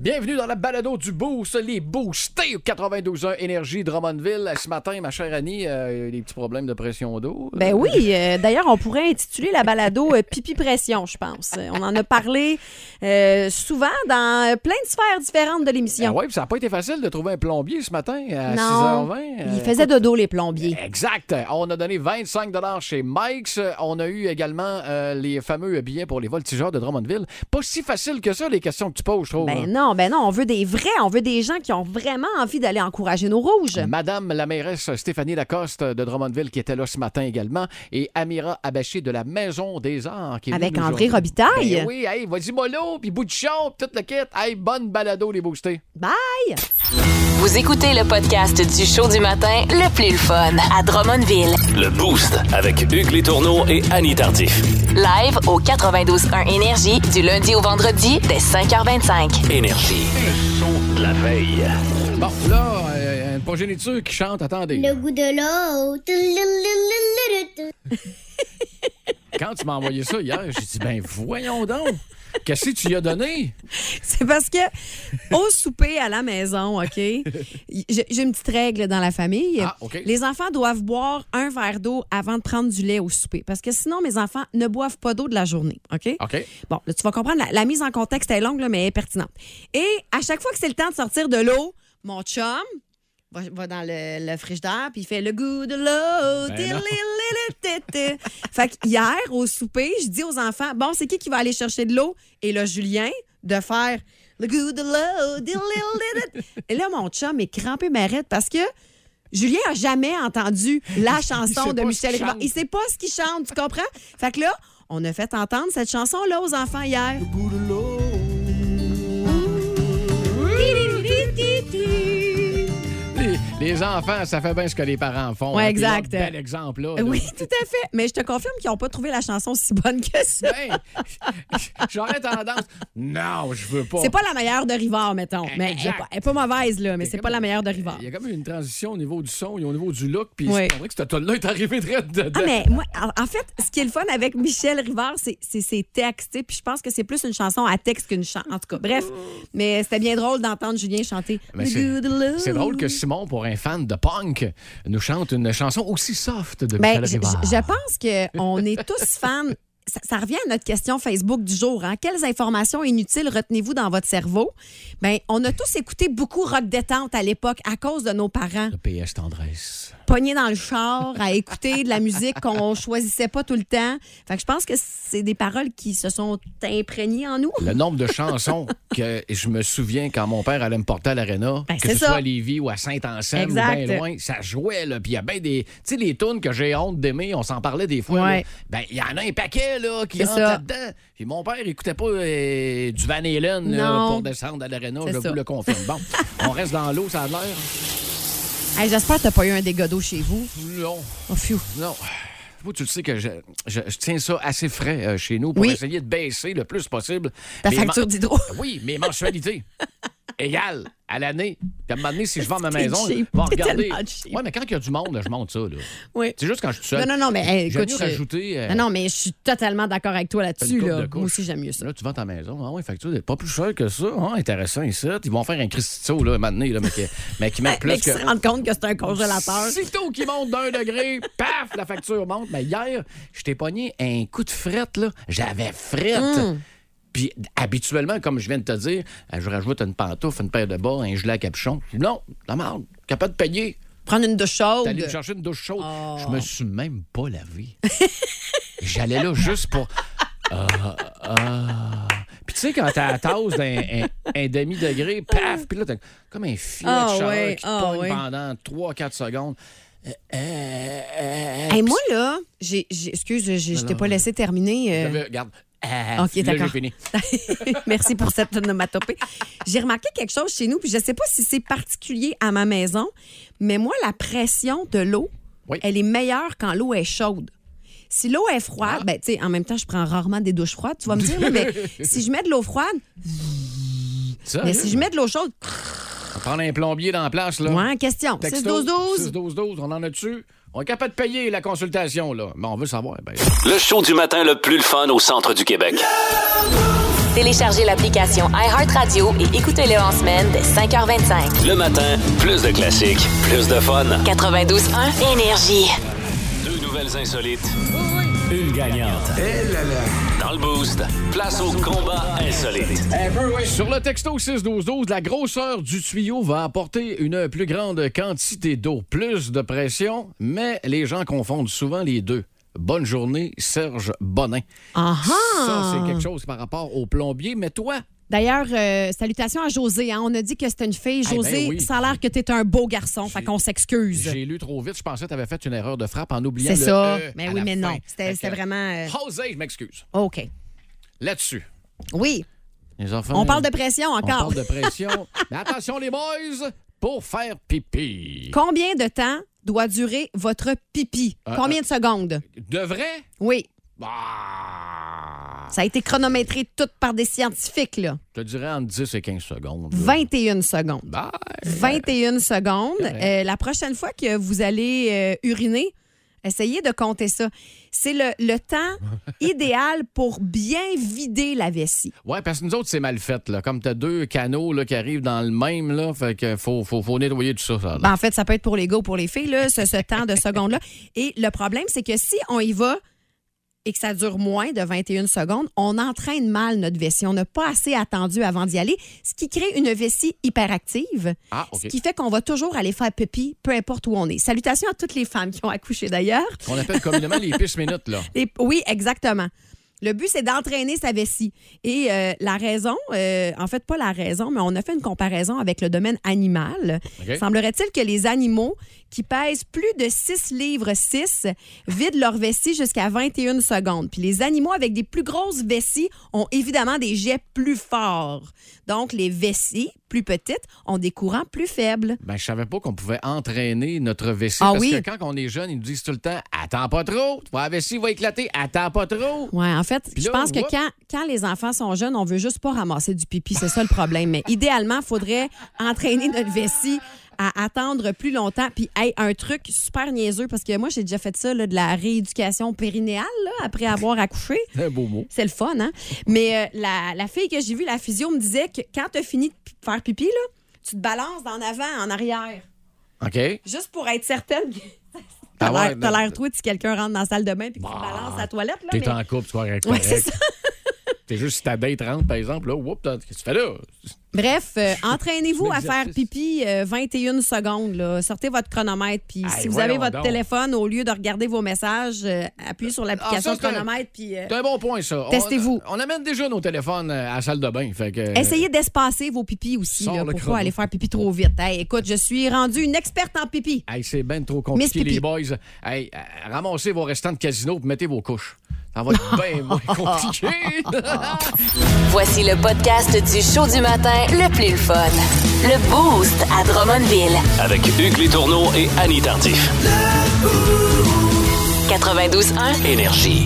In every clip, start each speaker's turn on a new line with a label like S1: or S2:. S1: Bienvenue dans la balado du Boost, les boostés 92.1 Énergie Drummondville. Ce matin, ma chère Annie, euh, des petits problèmes de pression d'eau.
S2: Ben oui, euh, d'ailleurs, on pourrait intituler la balado euh, Pipi Pression, je pense. Euh, On en a parlé euh, souvent dans euh, plein de sphères différentes de
S1: Ah
S2: l'émission.
S1: ouais, puis ça n'a pas été facile de trouver un plombier ce matin à
S2: Non.
S1: 6h20.
S2: Ils faisaient dodo, les plombiers.
S1: Euh, Exact. On a donné 25 chez Mike's. On a eu également euh, les fameux billets pour les voltigeurs de Drummondville. Pas si facile que ça, les questions que tu poses, je trouve. hein.
S2: Ben non, ben non, on veut des vrais, on veut des gens qui ont vraiment envie d'aller encourager nos rouges.
S1: Madame la mairesse Stéphanie Lacoste de Drummondville qui était là ce matin également et Amira Abaché de la Maison des Arts qui est
S2: Avec
S1: venue nous
S2: André
S1: joindre.
S2: Robitaille.
S1: Ben oui, hey, vas-y mollo, puis bout de champ, puis toute la quête. Hey, bonne balado les boostés.
S2: Bye!
S3: Vous écoutez le podcast du show du matin le plus le fun à Drummondville.
S4: Le Boost avec Hugues Létourneau et Annie Tardif.
S3: Live au 92.1 Énergie du lundi au vendredi dès 5h25.
S4: Énergie. Le son de la veille.
S1: Bon, là, euh, une progéniture qui chante, attendez.
S5: Le goût de l'eau.
S1: Quand tu m'as envoyé ça hier, j'ai dit, ben voyons donc, qu'est-ce que tu y as donné?
S2: C'est parce que au souper à la maison, OK, y- j'ai j'ai une petite règle dans la famille.
S1: Ah, OK.
S2: Les enfants doivent boire un verre d'eau avant de prendre du lait au souper. Parce que sinon, mes enfants ne boivent pas d'eau de la journée. OK?
S1: OK.
S2: Bon, là, tu vas comprendre, la, la mise en contexte est longue, là, mais elle est pertinente. Et à chaque fois que c'est le temps de sortir de l'eau, mon chum va, va dans le, le frigidaire, puis il fait le goût de l'eau.
S1: Ben
S2: Tilly,
S1: non.
S2: lily, titi. fait que hier, au souper, je dis aux enfants, bon, c'est qui qui va aller chercher de l'eau? Et là, Julien, de faire le goût de l'eau. Tilly, lily, titi. Et là, mon chum est crampé m'arrête parce que Julien a jamais entendu la
S1: sait
S2: chanson de
S1: pas ce
S2: Michel
S1: qu'il
S2: Rivard.
S1: chante.
S2: Il sait pas ce qu'il chante, tu comprends? Fait que là, on a fait entendre cette chanson-là aux enfants hier.
S1: Les, les enfants, ça fait bien ce que les parents font.
S2: Ouais,
S1: hein, puis là,
S2: exact.
S1: Bel exemple, là.
S2: Oui, tout à fait. Mais je te confirme qu'ils n'ont pas trouvé la chanson si bonne que ça.
S1: Ben, j'aurais tendance. Non, je veux pas.
S2: C'est pas la meilleure de Rivard, mettons. Mais elle est
S1: Exact.
S2: pas, elle est pas mauvaise, là, mais c'est pas la meilleure de Rivard.
S1: Il y a comme une transition au niveau du son et au niveau du look, puis
S2: Ouais.
S1: c'est vrai que cette tonne-là est arrivée très dedans.
S2: Ah, mais moi, en- en fait, ce qui est le fun avec Michel Rivard, c'est c'est ses textes. tu sais, Puis je pense que c'est plus une chanson à texte qu'une chanson. En tout cas, bref. Mais c'était bien drôle d'entendre Julien chanter.
S1: Ben, c'est- c'est drôle que Simon, pour un fan de punk, nous chante une chanson aussi soft de
S2: Ben,
S1: Michel
S2: je,
S1: Rivard.
S2: je- je pense qu'on est tous fans. Ça, ça revient à notre question Facebook du jour. hein. Quelles informations inutiles retenez-vous dans votre cerveau? Ben, on a tous écouté beaucoup rock détente à l'époque à cause de nos parents.
S1: Le PS tendresse.
S2: Pognés dans le char, à écouter de la musique qu'on choisissait pas tout le temps. Fait que je pense que c'est des paroles qui se sont imprégnées en nous.
S1: Le nombre de chansons que je me souviens quand mon père allait me porter à l'aréna,
S2: Ben,
S1: que
S2: c'est
S1: ce
S2: ça.
S1: soit à Lévis ou à Saint-Anselme, ou
S2: Exact.
S1: bien loin, ça jouait. Là. Puis il y a bien des. Tu sais, les tunes que j'ai honte d'aimer, on s'en parlait des fois.
S2: Ouais.
S1: là. Ben, il y en a un paquet là, qui
S2: C'est
S1: rentre
S2: ça.
S1: là-dedans. Puis mon père écoutait pas euh, du Van Halen là,
S2: Non.
S1: pour descendre à l'aréna,
S2: C'est
S1: je
S2: ça.
S1: vous le confirme. Bon, on reste dans l'eau, ça a l'air.
S2: Hey, J'espère que t'as pas eu un dégât d'eau chez vous.
S1: Non,
S2: Oh, fiu.
S1: non. Vous, tu le sais que je, je- je tiens ça assez frais euh, chez nous pour
S2: Oui.
S1: essayer de baisser le plus possible
S2: Ta
S1: les
S2: facture
S1: men-
S2: d'hydro.
S1: Oui, mes mensualités. Égales à l'année. Puis à un moment donné, si je vends ma
S2: T'es
S1: maison,
S2: cheap,
S1: je vais
S2: t'es
S1: regarder.
S2: tellement cheap.
S1: Oui, mais quand il y a du monde, là, je monte ça. là.
S2: Oui.
S1: C'est juste quand je suis tout
S2: Non,
S1: seul.
S2: non, non, mais hey,
S1: J'aime
S2: écoute.
S1: mieux
S2: je-
S1: rajouter, euh,
S2: Non, non, mais je suis totalement d'accord avec toi là-dessus.
S1: couple
S2: là.
S1: de
S2: Moi
S1: couches.
S2: aussi, j'aime mieux ça.
S1: Là, tu vends ta maison. Ah ouais, facture n'est pas plus cher que ça. Ah, intéressant, ici. Ils vont faire un Christito, là, maintenant, là, mais qui, mais qui mettent
S2: Mais
S1: plus
S2: qu'ils
S1: que.
S2: se rendent compte que c'est un congélateur.
S1: Sitôt qu'il monte d'un degré, paf, la facture monte. Mais hier, je t'ai pogné un coup de frette, là. J'avais frette.
S2: Hum.
S1: Puis habituellement, comme je viens de te dire, euh, je rajoute une pantoufle, une paire de bas, un gilet à capuchon. Non, la merde, capable de payer.
S2: Prendre une douche
S1: T'es
S2: chaude.
S1: allé me chercher une douche chaude.
S2: Oh.
S1: Je me suis même pas lavé. J'allais là juste pour. Ah, ah. Puis tu sais, quand t'as la tasse d'un un, un demi-degré, paf, puis là, t'as comme un filet
S2: Ah
S1: de chaleur
S2: ouais,
S1: qui
S2: ah
S1: pogne
S2: ouais.
S1: pendant 3-4 secondes. Euh, euh, euh,
S2: Hey, moi, là, j'ai, j'ai- excuse, j'ai- je t'ai pas laissé terminer. euh,
S1: j'avais- regarde. Ah,
S2: Ok,
S1: là,
S2: d'accord.
S1: j'ai fini.
S2: Merci pour cette onomatopée. J'ai remarqué quelque chose chez nous, puis je sais pas si c'est particulier à ma maison, mais moi, la pression de l'eau,
S1: Oui.
S2: elle est meilleure quand l'eau est chaude. Si l'eau est froide,
S1: Ah.
S2: ben, tu sais, en même temps, je prends rarement des douches froides, tu vas me dire, là, mais si je mets de l'eau froide, mais
S1: hein?
S2: si je mets de l'eau chaude,
S1: Prendre un plombier dans la place, là.
S2: ouais, question. 6
S1: Texto,
S2: 12 12
S1: 6-12-12, on en a dessus. On est capable de payer la consultation, là. Mais on veut savoir. ben.
S4: Le show du matin le plus le fun au centre du Québec.
S3: Téléchargez l'application iHeartRadio et écoutez-le en semaine dès 5h25.
S4: Le matin, plus de classiques, plus de fun.
S3: 92.1 Énergie.
S4: Deux nouvelles insolites. Une gagnante. Dans le boost, place au combat insolite.
S1: Sur le texto 6-12-12, la grosseur du tuyau va apporter une plus grande quantité d'eau, plus de pression, mais les gens confondent souvent les deux. Bonne journée, Serge Bonin.
S6: Ah
S1: Ça, c'est quelque chose par rapport au plombier, mais toi,
S2: D'ailleurs, euh, salutations à José. hein. On a dit que c'était une fille.
S1: Eh ben
S2: José,
S1: oui.
S2: ça a l'air que t'es un beau garçon, fait qu'on s'excuse.
S1: j'ai lu trop vite, je pensais que tu avais fait une erreur de frappe en oubliant
S2: C'est
S1: le
S2: ça.
S1: E à
S2: mais oui,
S1: la
S2: mais
S1: fin.
S2: non. Oh.
S6: C'était
S1: Fait
S6: c'était
S1: que-
S6: vraiment. euh,
S1: José, je m'excuse.
S2: OK.
S1: Là-dessus.
S6: Oui.
S1: Les enfants,
S2: On parle de pression
S1: on
S2: encore.
S1: parle de pression. mais attention, les boys, pour faire pipi.
S2: Combien de temps doit durer votre pipi?
S1: Euh,
S2: Combien de secondes?
S1: De vrai?
S2: Oui.
S1: Bah,
S2: Ça a été chronométré tout par des scientifiques, là.
S1: je te dirais entre 10 et 15 secondes. là.
S2: 21 secondes.
S1: Bah,
S2: 21 secondes.
S1: Correct.
S2: Euh, la prochaine fois que vous allez euh, uriner, essayez de compter ça. C'est le, le temps idéal pour bien vider la vessie.
S1: Ouais, parce que nous autres, c'est mal fait. Là. Comme tu as deux canaux là, qui arrivent dans le même, là, fait que faut, faut, faut nettoyer tout ça. ça, là.
S2: Ben, en fait, ça peut être pour les gars ou pour les filles, là, ce, ce temps de secondes-là. Et le problème, c'est que si on y va et que ça dure moins de 21 secondes, on entraîne mal notre vessie. On n'a pas assez attendu avant d'y aller, ce qui crée une vessie hyperactive,
S1: Ah, OK.
S2: ce qui fait qu'on va toujours aller faire pipi, peu importe où on est. Salutations à toutes les femmes qui ont accouché d'ailleurs.
S1: On appelle communément les pisses minutes. Là.
S2: Et- oui, exactement. Le but, c'est d'entraîner sa vessie. Et euh, la raison, euh, en fait, pas la raison, mais on a fait une comparaison avec le domaine animal.
S1: OK.
S2: Semblerait-il que les animaux qui pèsent plus de 6 livres 6 vident leur vessie jusqu'à 21 secondes. Puis les animaux avec des plus grosses vessies ont évidemment des jets plus forts. Donc, les vessies plus petites ont des courants plus faibles.
S1: Ben, je savais pas qu'on pouvait entraîner notre vessie.
S2: Ah
S1: parce
S2: oui?
S1: que quand on est jeune, ils nous disent tout le temps Attends pas trop, la vessie va éclater, attends pas trop.
S2: Oui, en fait,
S1: Puis
S2: je
S1: là,
S2: pense que
S1: whoop.
S2: quand, quand les enfants sont jeunes, on veut juste pas ramasser du pipi. C'est ça le problème. Mais idéalement, il faudrait entraîner notre vessie à attendre plus longtemps. Puis, hey, un truc super niaiseux, parce que moi, j'ai déjà fait ça, là, de la rééducation périnéale, là, après avoir accouché.
S1: C'est un beau mot.
S2: C'est le fun, hein? Mais euh, la, la fille que j'ai vue, la physio, me disait que quand tu as fini de pi- faire pipi, là, tu te balances en avant, en arrière,
S1: OK?
S2: juste pour être certaine que
S1: Ah
S2: t'as
S1: ouais,
S2: l'air- t'as
S1: mais- Bah,
S2: l'air toi si quelqu'un rentre dans la salle de bain puis que tu te balances à la toilette. Là,
S1: T'es
S2: mais-
S1: en couple, tu crois correct.
S2: Ouais, c'est
S1: correct. T'es juste si ta date rentre, par exemple, là, whoop, qu'est-ce que tu fais là?
S2: Bref, euh, entraînez-vous à
S1: L'exercice.
S2: faire pipi euh, 21 secondes. là. Sortez votre chronomètre. Puis
S1: Hey,
S2: si vous avez
S1: voyons
S2: votre
S1: donc.
S2: téléphone, au lieu de regarder vos messages, euh, appuyez sur l'application
S1: Ah, ça, c'est un-
S2: chronomètre. Puis euh,
S1: C'est un bon point, ça. On-
S2: Testez-vous.
S1: On, amène déjà nos téléphones euh, à la salle de bain. Fait que,
S2: essayez d'espacer vos pipis aussi.
S1: Sors
S2: Là,
S1: le
S2: pour
S1: chrono.
S2: pas aller faire pipi trop vite. Hey, écoute, je suis rendue une experte en pipi.
S1: Hey, c'est ben trop
S2: Miss
S1: compliqué,
S2: Pipi.
S1: les boys. Hey, euh, ramassez vos restants de casino et mettez vos couches. Ça va être bien moins compliqué.
S3: Voici le podcast du show du matin le plus le fun. Le Boost à Drummondville.
S4: Avec Hugues Létourneau et Annie Tardif.
S3: 92.1.
S4: Énergie.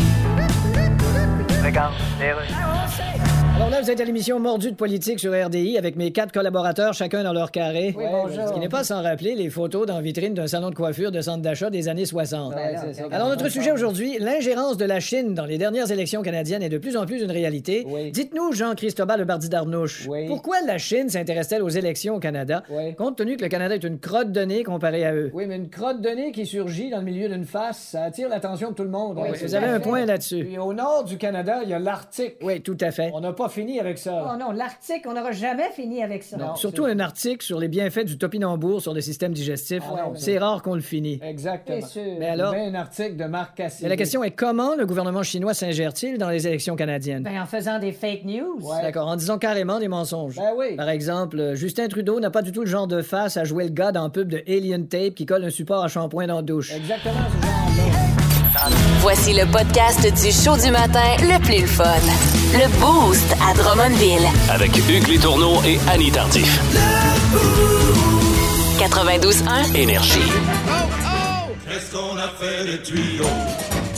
S7: Alors là, vous êtes à l'émission Mordu de politique sur RDI avec mes quatre collaborateurs, chacun dans leur carré. Ce qui n'est pas sans rappeler les photos dans vitrine d'un salon de coiffure de centre d'achat des années 60. Alors, notre sujet aujourd'hui, l'ingérence de la Chine dans les dernières élections canadiennes est de plus en plus une réalité. Dites-nous, Jean-Christobal Bardi d'Arnouche, pourquoi la Chine s'intéresse-t-elle aux élections au Canada, compte tenu que le Canada est une crotte de nez comparée à eux? Oui, mais une crotte de nez qui surgit dans le milieu d'une face, ça attire l'attention de tout le monde. vous avez un point là-dessus. Puis au nord du Canada, il y a l'Arctique. Oui, tout à fait. On n'a pas fini avec ça.
S8: Oh non, l'Arctique, on n'aura jamais fini avec ça.
S7: Non, surtout un article sur les bienfaits du topinambour sur le système digestif.
S9: Ah
S7: c'est rare qu'on le finit. Exactement.
S8: Bien sûr.
S7: Mais alors,
S9: un article de Marc Cassidy.
S7: mais la question est comment le gouvernement chinois s'ingère-t-il dans les élections canadiennes?
S8: Ben, en faisant des fake news.
S7: D'accord, en disant carrément des mensonges.
S9: Ben oui.
S7: Par exemple, euh, Justin Trudeau n'a pas du tout le genre de face à jouer le gars dans un pub de Alien Tape qui colle un support à shampoing dans la douche.
S9: Exactement ce genre
S3: Voici le podcast du show du matin le plus le fun. Le Boost à Drummondville.
S4: Avec Hugues Létourneau et Annie Tardif.
S3: 92.1.
S4: Énergie.
S10: Qu'est-ce qu'on a fait des tuyaux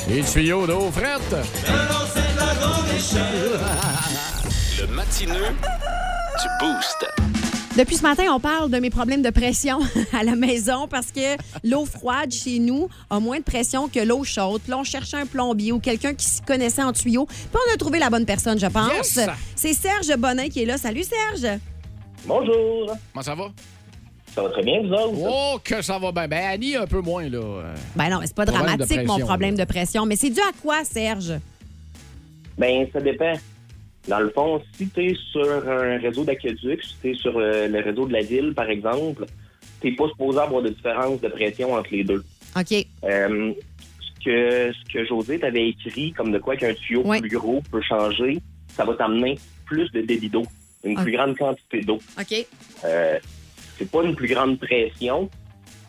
S1: les tuyaux d'eau frette.
S10: Maintenant c'est de la grande échelle.
S4: Le matineux du Boost.
S2: Depuis ce matin, on parle de mes problèmes de pression à la maison parce que l'eau froide chez nous a moins de pression que l'eau chaude. Puis là, on cherchait un plombier ou quelqu'un qui s'y connaissait en tuyau. Puis on a trouvé la bonne personne, je pense.
S1: Yes!
S2: C'est Serge Bonin qui est là. Salut, Serge.
S11: Bonjour.
S1: Comment ça va?
S11: Ça va très bien, vous autres?
S1: Oh, que ça va bien. Ben, Annie, un peu moins, là. Euh,
S2: Ben non, mais c'est pas
S1: Problème de
S2: dramatique, mon
S1: pression,
S2: problème
S1: là.
S2: de pression. Mais c'est dû à quoi, Serge?
S11: Ben, ça dépend. Dans le fond, si tu es sur un réseau d'aqueduc, si tu es sur euh, le réseau de la ville, par exemple, tu pas supposé avoir de différence de pression entre les deux.
S2: OK.
S11: Euh, ce que, ce que José t'avait écrit, comme de quoi qu'un tuyau
S2: Ouais.
S11: plus gros peut changer, ça va t'amener plus de débit d'eau, une
S2: Ah.
S11: plus grande quantité d'eau.
S2: OK.
S11: Euh, c'est pas une plus grande pression,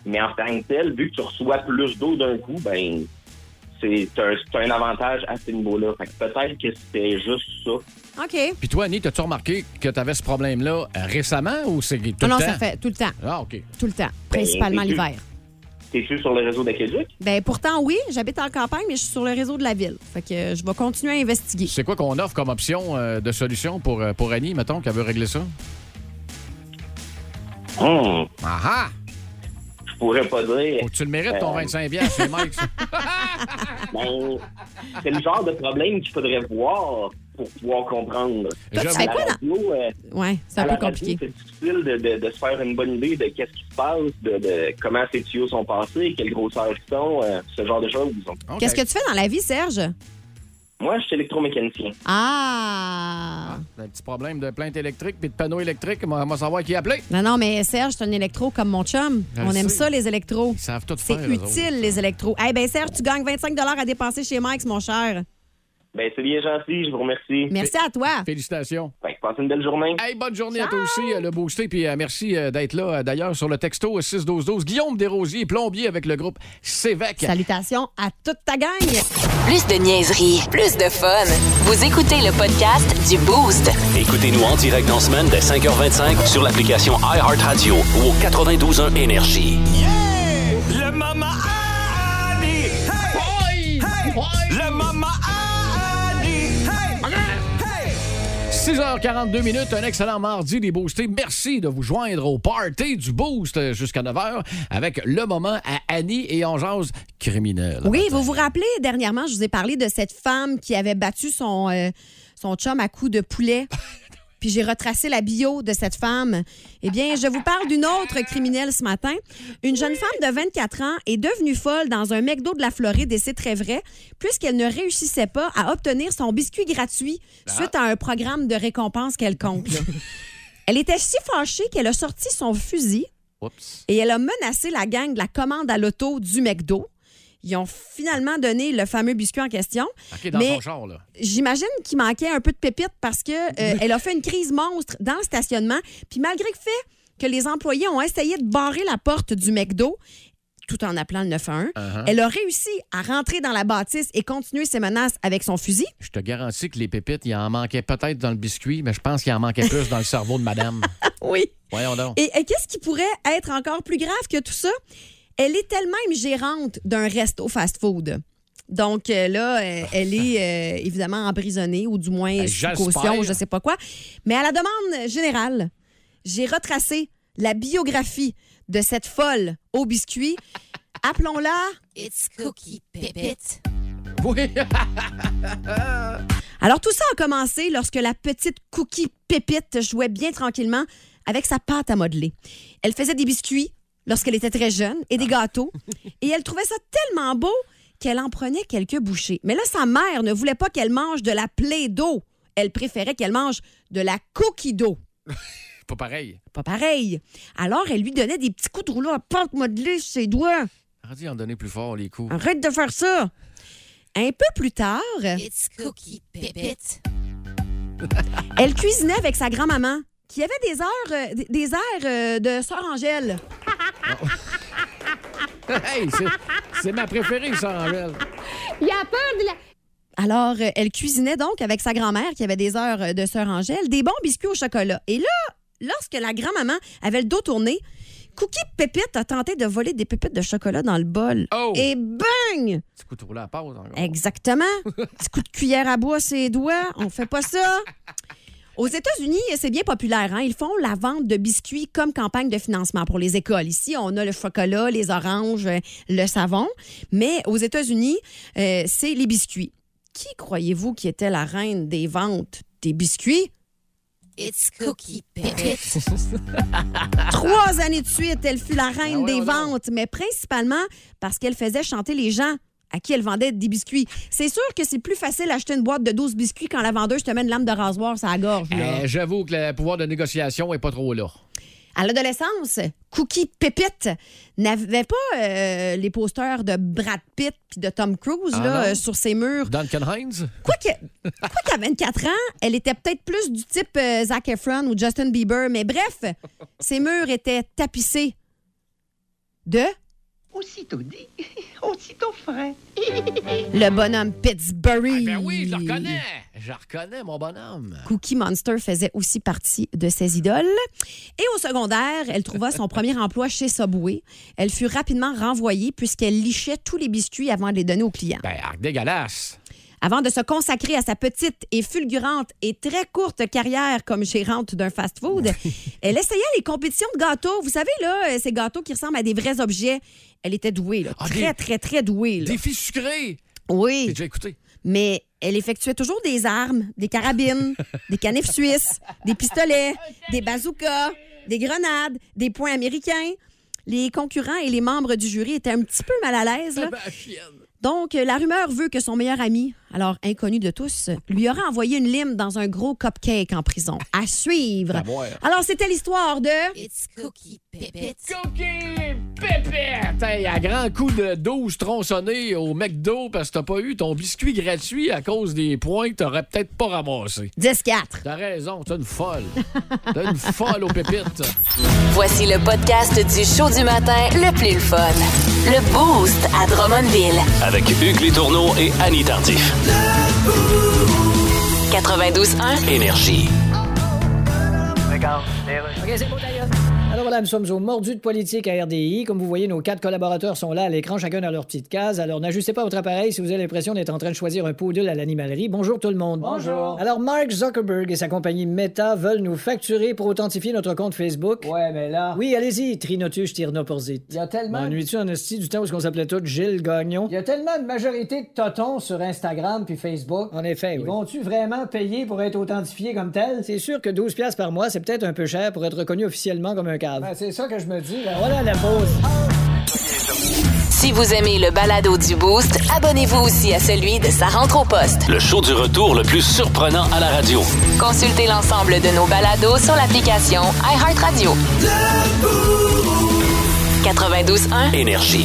S11: mais en tant que tel, vu que tu reçois plus d'eau d'un coup, ben c'est t'as un, t'as un avantage à ce niveau-là. Fait que peut-être que c'était juste ça.
S2: OK.
S1: Puis toi, Annie, t'as-tu remarqué que t'avais ce problème-là euh, récemment ou c'est tout
S2: Non, non,
S1: le temps?
S2: ça fait tout le temps.
S1: Ah, OK.
S2: Tout le temps. Principalement
S11: Ben,
S2: l'hiver.
S11: T'es-tu sur le réseau d'aqueduc?
S2: Ben pourtant, oui, j'habite en campagne, mais je suis sur le réseau de la ville. Fait que euh, je vais continuer à investiguer.
S1: C'est quoi qu'on offre comme option euh, de solution pour, euh, pour Annie, mettons, qu'elle veut régler ça?
S11: Hum,
S1: Ah ah!
S11: je pourrais pas dire.
S1: Faut que tu le mérites, ton
S11: Euh.
S1: 25 bières chez Mike. ça.
S11: Ben, c'est le genre de problème qu'il faudrait voir pour pouvoir comprendre.
S1: Toi, tu
S11: À
S1: fais
S11: la
S2: quoi dans-
S11: radio, euh,
S2: Ouais, c'est
S11: à
S2: un
S11: la
S2: peu
S11: radio,
S2: compliqué.
S11: C'est difficile de, de- de se faire une bonne idée de qu'est-ce qui se passe, de, de comment ces tuyaux sont passés, quelle grosseur ils sont, euh, ce genre de choses.
S1: OK.
S2: Qu'est-ce que tu fais dans la vie, Serge?
S11: Moi, je suis électromécanicien.
S2: Ah!
S1: Un petit problème de plainte électrique puis de panneau électrique. On va savoir qui appeler.
S2: Non, non, mais Serge, c'est un électro comme mon chum.
S1: Je
S2: On
S1: le
S2: aime
S1: sais.
S2: ça, les électros.
S1: Ils savent tout faire.
S2: C'est
S1: eux autres.
S2: utile, les électros. Eh ben Serge, tu gagnes 25 à dépenser chez Mike's, mon cher.
S11: Ben, c'est bien gentil, je vous remercie.
S2: Merci à toi.
S1: Félicitations.
S11: Ben, passez une belle journée.
S1: Hey, bonne journée à toi aussi, euh, le boosté. Puis euh, merci euh, d'être là, euh, d'ailleurs, sur le texto euh, 6-12-12. Guillaume Desrosiers, plombier avec le groupe Sévec.
S2: Salutations à toute ta gang.
S3: Plus de niaiserie, plus de fun. Vous écoutez le podcast du Boost.
S4: Écoutez-nous en direct en semaine dès 5h25 sur l'application iHeartRadio ou au 92.1 Énergie. Le Mama Annie!
S1: Hey! Hey!
S4: Le Mama Annie!
S1: 6h42 minutes, un excellent mardi des boostés. Merci de vous joindre au party du boost euh, jusqu'à 9h avec le moment à Annie et on jase criminel.
S2: Oui, vous vous rappelez, dernièrement, je vous ai parlé de cette femme qui avait battu son, euh, son chum à coups de poulet. Puis j'ai retracé la bio de cette femme. Eh bien, je vous parle d'une autre criminelle ce matin. Une jeune femme de 24 ans est devenue folle dans un McDo de la Floride, et c'est très vrai, puisqu'elle ne réussissait pas à obtenir son biscuit gratuit suite à un programme de récompense quelconque. là. Elle était si fâchée qu'elle a sorti son fusil
S1: Oups.
S2: et elle a menacé la gang de la commande à l'auto du McDo. Ils ont finalement donné le fameux biscuit en question.
S1: OK, dans
S2: Mais-
S1: son char, là.
S2: J'imagine qu'il manquait un peu de pépite parce que euh, elle a fait une crise monstre dans le stationnement. Puis malgré le fait que les employés ont essayé de barrer la porte du McDo, tout en appelant le 911,
S1: Uh-huh.
S2: elle a réussi à rentrer dans la bâtisse et continuer ses menaces avec son fusil.
S1: Je te garantis que les pépites, il en manquait peut-être dans le biscuit, mais je pense qu'il en manquait plus dans le cerveau de madame.
S2: Oui.
S1: Voyons donc.
S2: Et, et qu'est-ce qui pourrait être encore plus grave que tout ça? Elle est elle-même gérante d'un resto fast-food. Donc euh, là, euh, elle est euh, évidemment emprisonnée ou du moins
S1: Ben,
S2: sous
S1: j'espère.
S2: caution, je sais pas quoi. Mais à la demande générale, j'ai retracé la biographie de cette folle au biscuit. Appelons-la. It's Cookie
S1: Oui.
S2: Alors tout ça a commencé lorsque la petite Cookie Pépite jouait bien tranquillement avec sa pâte à modeler. Elle faisait des biscuits lorsqu'elle était très jeune et des gâteaux et elle trouvait ça tellement beau qu'elle en prenait quelques bouchées. Mais là sa mère ne voulait pas qu'elle mange de la plaie d'eau, elle préférait qu'elle mange de la cookie d'eau.
S1: Pas pareil.
S2: Pas pareil. Alors elle lui donnait des petits coups de rouleau à pâte modelée sur ses doigts.
S1: Arrêtez d'en donner plus fort les coups.
S2: Arrête de faire ça. Un peu plus tard, elle cuisinait avec sa grand-maman, qui avait des heures, euh, des- des airs euh, de sœur Angèle. Ah.
S1: Hey, c'est- c'est ma préférée, ça, Angèle.
S2: Alors, euh, elle cuisinait donc avec sa grand-mère, qui avait des heures euh, de sœur Angèle, des bons biscuits au chocolat. Et là, lorsque la grand-maman avait le dos tourné, Cookie Pépite a tenté de voler des pépites de chocolat dans le bol.
S1: Oh!
S2: Et bang!
S1: Petit coup de rouleau à la pause, encore.
S2: Exactement. Petit coup de cuillère à bois, ses doigts. On fait pas ça. Aux États-Unis, c'est bien populaire. hein. Ils font la vente de biscuits comme campagne de financement pour les écoles. Ici, on a le chocolat, les oranges, euh, le savon. Mais aux États-Unis, euh, c'est les biscuits. Qui croyez-vous qui était la reine des ventes des biscuits? It's Cookie Trois années de suite, elle fut la reine des ventes, mais principalement parce qu'elle faisait chanter les gens à qui elle vendait des biscuits. C'est sûr que c'est plus facile d'acheter une boîte de 12 biscuits quand la vendeuse te met une lame de rasoir sur la gorge. là.
S1: Euh, J'avoue que le pouvoir de négociation est pas trop là.
S2: À l'adolescence, Cookie Pépite n'avait pas euh, les posters de Brad Pitt puis de Tom Cruise
S1: Ah
S2: là,
S1: non?
S2: euh, sur ses murs.
S1: Duncan Hines?
S2: Quoique quoi qu'à 24 ans, elle était peut-être plus du type euh, Zac Efron ou Justin Bieber, mais bref, ses murs étaient tapissés de
S9: Aussitôt dit, aussitôt frais.
S2: le bonhomme Pittsburgh.
S1: Ben oui, je le reconnais. Je le reconnais, mon bonhomme.
S2: Cookie Monster faisait aussi partie de ses idoles. Et au secondaire, elle trouva son premier emploi chez Subway. Elle fut rapidement renvoyée puisqu'elle lichait tous les biscuits avant de les donner aux clients.
S1: Ben, arc dégueulasse.
S2: Avant de se consacrer à sa petite et fulgurante et très courte carrière comme gérante d'un fast-food, elle essayait les compétitions de gâteaux. Vous savez, là, euh, ces gâteaux qui ressemblent à des vrais objets. Elle était douée, là.
S1: Ah,
S2: très,
S1: des-
S2: très, très douée. là.
S1: Défi sucré.
S2: Oui
S1: J'ai déjà écouté.
S2: mais elle effectuait toujours des armes, des carabines, des canifs suisses, des pistolets, des bazookas, des grenades, des points américains. Les concurrents et les membres du jury étaient un petit peu mal à l'aise.
S1: Eh ben,
S2: là. Donc, euh, la rumeur veut que son meilleur ami, alors inconnu de tous, lui aura envoyé une lime dans un gros cupcake en prison. À suivre.
S1: À boire.
S2: Alors, c'était l'histoire de...
S1: Cookie Pépette! Hey, à grand coup de 12 tronçonnés au McDo parce que t'as pas eu ton biscuit gratuit à cause des points que t'aurais peut-être pas ramassés.
S2: 10-4.
S1: T'as raison, t'as une folle. T'as une folle aux pépites.
S3: Voici le podcast du show du matin le plus le fun. Le Boost à Drummondville.
S4: Avec Hugues Létourneau et Annie Tardif.
S3: 92.1.
S4: Énergie.
S7: Alors voilà, nous sommes au mordu de politique à RDI. Comme vous voyez, nos quatre collaborateurs sont là à l'écran, chacun dans leur petite case. Alors n'ajustez pas votre appareil si vous avez l'impression d'être en train de choisir un poodle à l'animalerie. Bonjour tout le monde.
S9: Bonjour.
S7: Alors Mark Zuckerberg et sa compagnie Meta veulent nous facturer pour authentifier notre compte Facebook.
S9: Ouais, mais là,
S7: Oui, allez-y, Trinotus Tirnoporzit.
S9: il y a tellement...
S7: M'ennuies-tu en hostie du temps où on s'appelait tous Gilles Gagnon?
S9: Il y a tellement de majorité de totons sur Instagram puis Facebook.
S7: En effet, oui.
S9: Ils vont-tu vraiment payer pour être authentifiés comme tel?
S7: C'est sûr que 12 piastres par mois, c'est peut-être un peu cher pour être reconnu officiellement comme un cave.
S9: Ben, c'est ça que je me dis. là.
S7: Voilà la pause.
S2: Ah,
S3: Si vous aimez le balado du Boost, abonnez-vous aussi à celui de sa rentre au poste.
S4: Le show du retour le plus surprenant à la radio.
S3: Consultez l'ensemble de nos balados sur l'application iHeartRadio. 92.1.
S4: Énergie.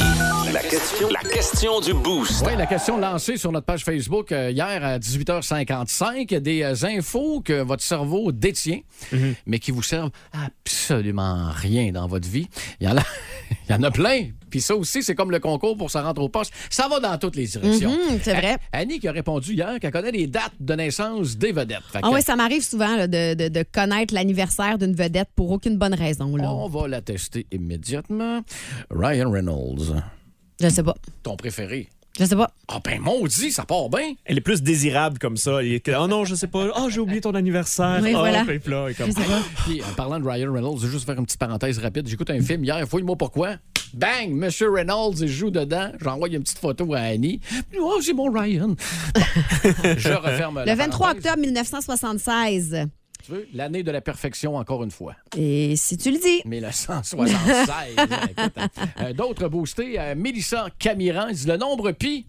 S4: La question, la question du boost.
S1: Oui, la question lancée sur notre page Facebook euh, hier à 18h55, des euh, infos que votre cerveau détient,
S2: Mhm.
S1: mais qui vous servent absolument rien dans votre vie. Il y en a, il y en a plein. Puis ça aussi, c'est comme le concours pour sa rentre au poste. Ça va dans toutes les directions.
S2: Mhm, c'est vrai.
S1: A- Annie qui a répondu hier qu'elle connaît les dates de naissance des vedettes. Fait
S2: Ah
S1: que,
S2: ouais, ça m'arrive souvent là, de, de- de connaître l'anniversaire d'une vedette pour aucune bonne raison. Là.
S1: on va la tester immédiatement. Ryan Reynolds,
S2: Je sais pas.
S1: ton préféré.
S2: Je sais pas.
S1: Ah ben maudit, ça part bien.
S12: Elle est plus désirable comme ça. Il est que, oh non, je sais pas. Oh, j'ai oublié ton anniversaire.
S2: Oui,
S1: Ah,
S12: oh,
S2: voilà.
S12: puis là, et comme-
S1: Puis, en parlant de Ryan Reynolds, je vais juste faire une petite parenthèse rapide. J'écoute un film hier, fouille-moi pourquoi. Bang! Monsieur Reynolds, il joue dedans. J'envoie une petite photo à Annie. Oh, c'est mon Ryan. Bon, je referme
S2: Le
S1: la
S2: 23
S1: parenthèse.
S2: octobre 1976.
S1: Tu veux, l'année de la perfection, encore une fois.
S2: Et si tu le dis.
S1: 1976. Écoute, euh, D'autres boostés. euh, Mélissa Camiran, il dit le nombre pi.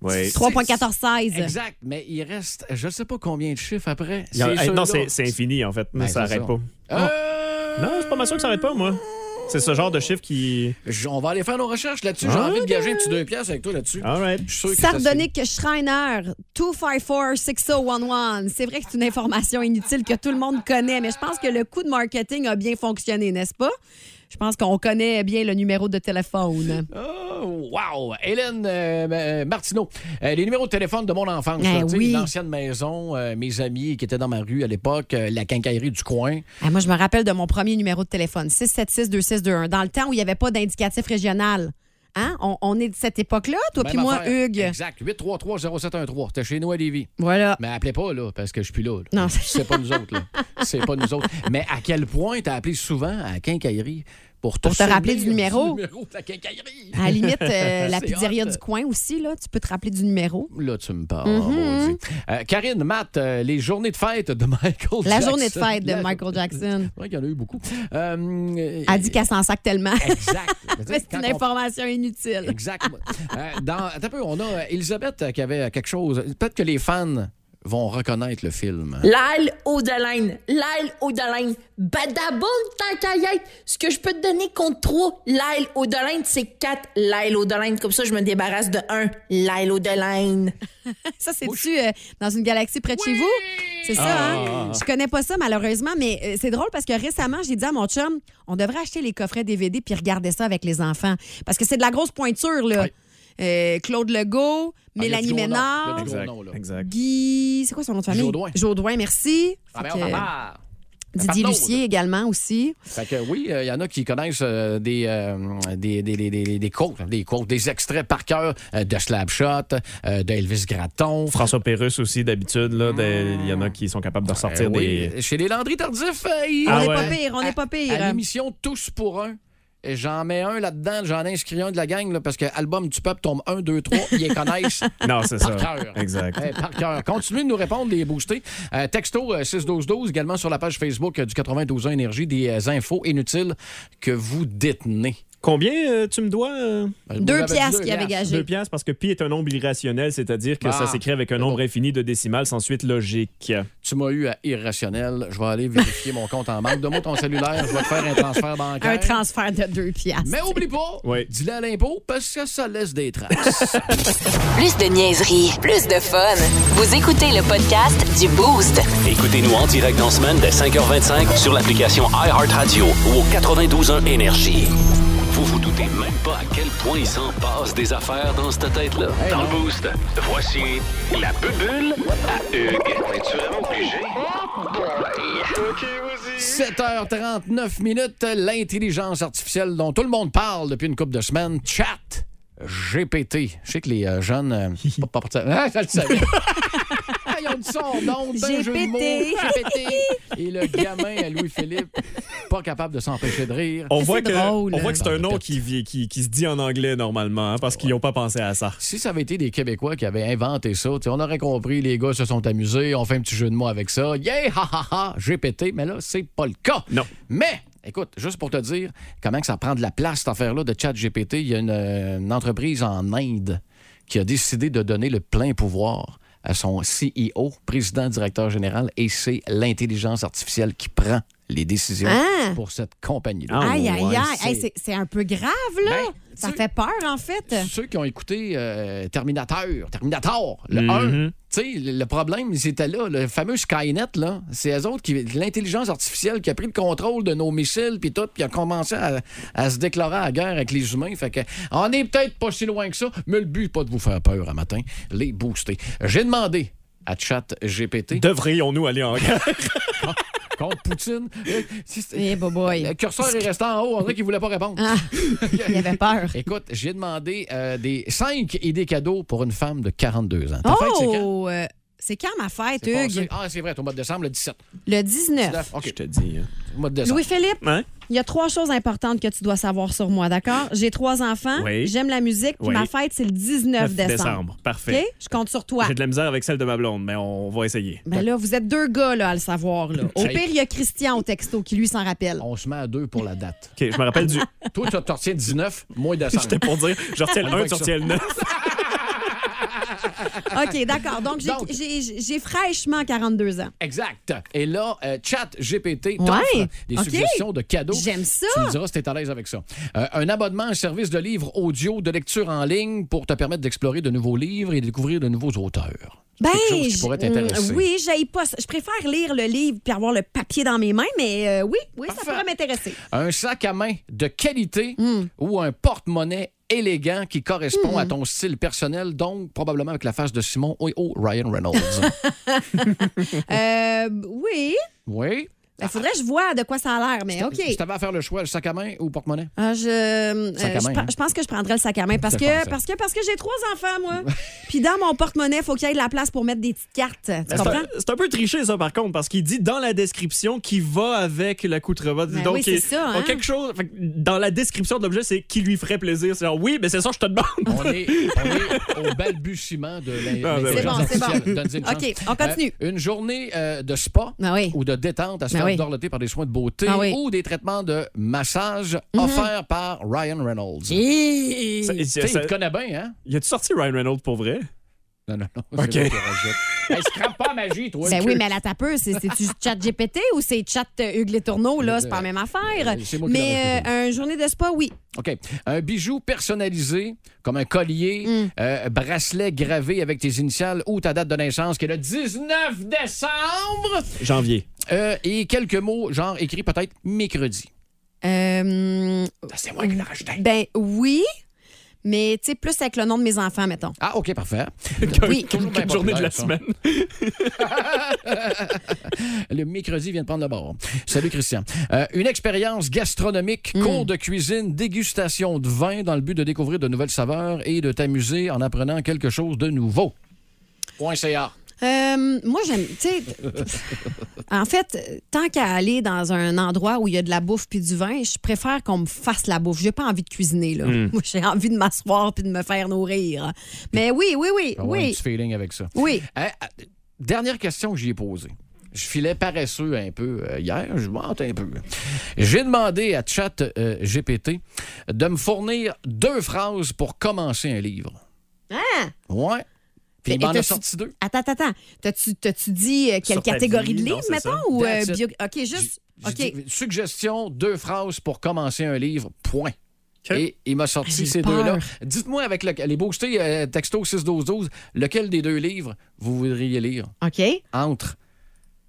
S12: Ouais.
S2: 3.1416.
S1: Exact, mais il reste je ne sais pas combien de chiffres après.
S12: Il y en-
S1: C'est
S12: eh, non,
S1: ceux-là.
S12: c'est c'est infini, en fait.
S1: Ben,
S12: ça
S1: c'est
S12: arrête pas.
S1: Euh,
S12: Ah. Non, c'est pas mal sûr que ça arrête pas, moi. C'est ce genre de chiffre qui. Ah,
S1: j- On va aller faire nos recherches là-dessus. J'ai envie de gager un petit deux pièces avec toi là-dessus.
S12: All right.
S1: Je suis sûr que ça se-
S2: Sardonic Schreiner, 254-6011. C'est vrai que c'est une information inutile que tout le monde connaît, mais je pense que le coup de marketing a bien fonctionné, n'est-ce pas? Je pense qu'on connaît bien le numéro de téléphone.
S1: Oh, wow! Hélène euh, euh, Martineau, Euh, les numéros de téléphone de mon enfance.
S2: Eh
S1: là, tu sais,
S2: oui.
S1: Une ancienne maison, euh, mes amis qui étaient dans ma rue à l'époque, euh, la quincaillerie du coin.
S2: Ah, moi, je me rappelle de mon premier numéro de téléphone, 676-2621, dans le temps où il n'y avait pas d'indicatif régional. Hein? On, on est de cette époque-là, toi
S1: Même
S2: puis moi,
S1: affaire.
S2: Hugues.
S1: Exact. 833-0713. T'es chez nous à Lévis.
S2: Voilà.
S1: Mais appelez pas, là, parce que je suis plus là. là.
S2: Non, c'est-
S1: c'est pas nous autres, là. C'est pas nous autres. Mais à quel point t'as appelé souvent à la quincaillerie pour te,
S2: Pour te rappeler
S1: souvenir
S2: du numéro.
S1: numéro de la quincaillerie?
S2: À la limite, euh, la
S1: C'est
S2: pizzeria
S1: hot.
S2: du coin aussi, là, tu peux te rappeler du numéro.
S1: Là, tu me parles.
S2: Mhm.
S1: mon Dieu. Euh, Karine, Matt, euh, les journées de fête de Michael Jackson.
S2: La journée de fête de
S1: La-
S2: Michael Jackson.
S1: Ouais, il y en a eu beaucoup. Euh,
S2: Elle dit qu'elle s'en sac tellement.
S1: Exact.
S2: Mais c'est
S1: Quand
S2: une
S1: on-
S2: information inutile.
S1: Exactement. Euh, dans, attends un peu, on a euh, Elisabeth euh, qui avait quelque chose. Peut-être que les fans vont reconnaître le film.
S13: Lyle O'Delaine, Lyle O'Delaine, badaboum tankaïette. Ce que je peux te donner contre trois, Lyle O'Delaine, c'est quatre Lyle O'Delaine. Comme ça, je me débarrasse de un Lyle O'Delaine.
S2: Ça, c'est-tu euh, dans une galaxie près de chez vous? C'est ça,
S13: Ah.
S2: hein? Je connais pas ça, malheureusement, mais euh, c'est drôle parce que récemment, j'ai dit à mon chum, on devrait acheter les coffrets DVD puis regarder ça avec les enfants. Parce que c'est de la grosse pointure, là. Euh, Claude Legault, Mélanie Ménard,
S12: Exact.
S2: Guy. C'est quoi son nom de famille?
S1: Jodoin.
S2: Jodoin, merci.
S1: Robert
S2: Fait que-
S1: Papard.
S2: Didier
S1: Pardon,
S2: Lucier également aussi.
S1: Fait que oui, il y en a qui connaissent euh, des, euh, des, des, des, des, des quotes, des quotes, des extraits par cœur euh, de Slapshot, euh, de Elvis Gratton.
S12: François Pérusse aussi, d'habitude, là, des- il y en a qui sont capables de ressortir
S1: Euh, oui,
S12: des.
S1: Chez les Landry Tardif, euh, ils-
S12: Ah
S2: on n'est
S12: ouais?
S2: pas pire, on n'est pas pire.
S1: à l'émission Tous pour un. Et J'en mets un là-dedans, j'en inscris un de la gang, là, parce que Album du Peuple tombe 1, 2, 3, ils les connaissent.
S12: Non, c'est
S1: par
S12: ça.
S1: cœur.
S12: Exact.
S1: Eh, par cœur. Continuez de nous répondre, les boostés. Euh, texto euh, 61212, également sur la page Facebook euh, du 92 ans Énergie, des euh, infos inutiles que vous détenez.
S12: Combien euh, tu me dois euh?
S1: Euh, vous
S2: Deux
S1: avez
S2: piastres
S1: dit
S2: qu'il avait
S1: piastres.
S2: gagé.
S12: Deux piastres parce que pi est un nombre irrationnel, c'est-à-dire que
S1: Ah.
S12: ça s'écrit avec un nombre infini de décimales sans suite logique.
S1: Tu m'as eu à irrationnel. Je vais aller vérifier mon compte en banque. Donne-moi ton cellulaire, je vais te faire un transfert bancaire.
S2: Un transfert de deux piastres.
S1: Mais oublie pas,
S12: Oui.
S1: dis-le à l'impôt parce que ça laisse des traces.
S3: Plus de niaiserie, plus de fun. Vous écoutez le podcast du Boost.
S4: Écoutez-nous en direct dans la semaine dès 5h25 sur l'application iHeartRadio ou au 92.1 Énergie. Vous vous doutez même pas à quel point il s'en passe des affaires dans cette tête-là. dans le boost, voici la bubule à Hugues. On est-tu vraiment obligé?
S1: 7h39 minutes, l'intelligence artificielle dont tout le monde parle depuis une couple de semaines, chat GPT. Je sais que les euh, jeunes... euh, pas, pas- Ah, ça le savais. Ah, Ils ont dit son nom, ben jeu de mots,
S2: GPT.
S1: GPT. Et le gamin à Louis-Philippe, pas capable de s'empêcher de rire.
S12: On voit, que,
S2: drôle. hein.
S12: on voit que c'est un nom qui, vit- qui, qui se dit en anglais normalement, hein, parce qu'ils n'ont pas pensé à ça.
S1: Si ça avait été des Québécois qui avaient inventé ça, tu sais, on aurait compris, les gars se sont amusés, on fait un petit jeu de mots avec ça. Yeah, ha, ha, ha, j'ai pété, mais là, c'est pas le cas.
S12: Non.
S1: Mais, écoute, juste pour te dire comment que ça prend de la place, cette affaire-là de chat GPT, il y a une, euh, une entreprise en Inde qui a décidé de donner le plein pouvoir à son CEO, président, directeur général, et c'est l'intelligence artificielle qui prend les décisions
S2: Hein?
S1: pour cette compagnie-là.
S12: Ah,
S2: Aïe, aïe,
S12: ouais,
S2: aïe.
S1: c'est-
S2: Hey, c'est- c'est un peu grave, là.
S1: Ben,
S2: ça
S1: tu-
S2: fait peur, en fait.
S1: Ceux qui ont écouté euh, Terminator, Terminator, le
S12: Mhm.
S1: 1, tu sais, le le problème, c'était là, le fameux Skynet, là, c'est eux autres qui, l'intelligence artificielle qui a pris le contrôle de nos missiles, puis tout, puis a commencé à, à se déclarer à la guerre avec les humains. Fait que, on est peut-être pas si loin que ça, mais le but, c'est pas de vous faire peur à matin, les booster. J'ai demandé à Chat GPT,
S12: Devrions-nous aller en guerre?
S1: contre Poutine, euh, si c'est-
S2: Eh, boy, boy.
S1: le curseur est resté en haut, on dirait qu'il voulait pas répondre.
S2: Ah, il avait peur.
S1: Écoute, j'ai demandé euh, des 5 idées cadeaux pour une femme de 42 ans. Ta fête, c'est quand?
S2: Oh! euh, C'est quand ma fête,
S1: C'est passé-
S2: Hugues?
S1: Ah, c'est vrai, c'est au mois de décembre, le 17.
S2: Le 19.
S1: 19, OK,
S12: te dis. hein.
S1: au mois de décembre.
S2: Louis-Philippe,
S12: Hein?
S2: il y a trois choses importantes que tu dois savoir sur moi, d'accord? J'ai trois enfants,
S12: Oui.
S2: j'aime la musique, puis
S12: Oui.
S2: ma fête, c'est le 19
S12: 9
S2: décembre.
S12: Parfait.
S2: OK? Je compte sur toi.
S12: J'ai de la misère avec celle de ma blonde, mais on va essayer.
S2: Ben là, vous êtes deux gars là, à le savoir. Là. Au
S1: Ça y-
S2: pire, il y a Christian au texto qui lui s'en rappelle.
S1: On se met à deux pour la date.
S12: OK, je me rappelle du.
S1: Toi, tu as tortillé 19, moins décembre.
S12: J'étais pour dire, je retiens le
S1: On va
S12: 1,
S1: avec
S12: tu
S1: ça.
S12: retiens le 9.
S2: OK, d'accord. Donc, j'ai-
S1: Donc-
S2: j'ai j'ai fraîchement 42 ans.
S1: Exact. Et là, euh, chat GPT
S2: Ouais,
S1: t'offre des
S2: OK.
S1: suggestions de cadeaux.
S2: J'aime ça.
S1: Tu me diras si t'es à l'aise avec ça. Euh, un abonnement à un service de livres audio de lecture en ligne pour te permettre d'explorer de nouveaux livres et de découvrir de nouveaux auteurs.
S2: Ben,
S1: quelque chose qui
S2: je-
S1: pourrait t'intéresser.
S2: mm, Oui, j'aille pas. ça. Je préfère lire le livre puis avoir le papier dans mes mains, mais euh, oui, oui, ça
S1: Parfait.
S2: pourrait m'intéresser.
S1: un sac à main de qualité
S2: Hmm.
S1: ou un porte-monnaie élégant qui correspond à ton style personnel, donc probablement avec la face de Simon et oh, Ryan Reynolds.
S2: Euh, oui.
S1: oui.
S2: Il faudrait que je vois de quoi ça a l'air, mais
S1: Si t'a-
S2: OK.
S1: Si t'avais à faire le choix, le sac à main ou porte-monnaie?
S2: Ah, je, euh,
S1: Sac à
S2: je
S1: main,
S2: pe-
S1: hein?
S2: je pense que je prendrais le sac à main parce
S1: Je
S2: que,
S1: pensais.
S2: parce que, parce que j'ai trois enfants, moi. Puis dans mon porte-monnaie, il faut qu'il y ait de la place pour mettre des petites cartes.
S1: Ben,
S2: Tu
S12: Ben, C'est
S2: comprends?
S12: un, c'est un peu triché, ça, par contre, parce qu'il dit dans la description qui va avec l'accoutrement.
S2: Ben
S12: Donc,
S2: oui, c'est
S12: il-
S2: ça,
S12: on-
S2: hein.
S12: quelque chose. fait que dans la description de l'objet, c'est qui lui ferait plaisir. C'est genre, oui, mais c'est ça, je te demande.
S1: On est, on est au balbutiement de
S12: Ah, ben
S1: la-
S12: oui.
S1: l'intelligence
S2: C'est bon,
S1: artificielle.
S2: c'est bon.
S1: Donne-y une chance.
S2: OK, on continue.
S1: Euh, une journée euh, de spa
S2: Ah oui.
S1: ou de détente à se
S2: Ben
S1: faire
S2: oui.
S1: dorloter par des soins de beauté
S2: Ah oui. Mm-hmm.
S1: ou des traitements de massage offerts par Ryan Reynolds. Tu
S12: Ben, Ça-
S1: sais,
S12: ça-
S1: il te connaît bien, hein?
S12: Y a-tu sorti Ryan Reynolds pour vrai?
S1: Non, non, non.
S12: OK.
S1: c'est moi qui rajoute. Hey, scrape pas la magie, toi.
S2: Ben oui, mais à la tapeuse, c'est- c'est-tu chat GPT ou c'est chat euh, Hugues Les Tourneaux, là? C'est pas la même affaire.
S1: Euh, c'est moi qui l'aurais
S2: Mais euh, une journée de spa, oui.
S1: OK. Un bijou personnalisé, comme un collier,
S2: Mm.
S1: euh, bracelet gravé avec tes initiales ou ta date de naissance, qui est le 19 décembre.
S12: Janvier.
S1: Euh, et quelques mots, genre écrit peut-être mercredi.
S2: Euh,
S1: Ça, C'est moi qui l'ai rajouté.
S2: ben oui, mais tu sais, plus avec le nom de mes enfants, mettons.
S1: Ah, OK, parfait.
S2: Oui.
S1: Toujours bien
S12: Une journée de la
S1: populaire, ça.
S12: semaine.
S1: Le mercredi vient de prendre le bord. Salut, Christian. Euh, une expérience gastronomique, cours de cuisine, dégustation de vin dans le but de découvrir de nouvelles saveurs et de t'amuser en apprenant quelque chose de nouveau. Point CA.
S2: Euh, moi, j'aime. Tu sais, en fait, tant qu'à aller dans un endroit où il y a de la bouffe puis du vin, je préfère qu'on me fasse la bouffe. J'ai pas envie de cuisiner, là. Moi, j'ai envie de m'asseoir puis de me faire nourrir. Mais oui, oui, oui,
S1: Ah Tu vas avoir un
S2: oui.
S1: petit feeling avec ça.
S2: Oui.
S1: Hein, ah, dernière question que j'y ai posée. Je filais paresseux un peu euh, hier, je monte un peu. J'ai demandé à Chat euh, GPT de me fournir deux phrases pour commencer un livre.
S2: Hein?
S1: Ouais. Puis il
S2: Et
S1: m'en a
S2: t'as-tu-
S1: sorti deux.
S2: Attends, attends, attends. T'as-tu, t'as-tu dit euh, quelle
S12: Sur ta
S2: catégorie
S12: vie,
S2: de
S12: non,
S2: livre,
S12: c'est
S2: mettons?
S12: ça.
S2: Ou, euh,
S1: That's it.
S2: bio- OK, juste.
S1: J'ai
S2: OK.
S1: dit, suggestion, deux phrases pour commencer un livre, point. Et il m'a sorti
S2: J'ai
S1: ces
S2: peur.
S1: deux-là. Dites-moi avec le- les boostés euh, texto 61212, lequel des deux livres vous voudriez lire?
S2: OK.
S1: entre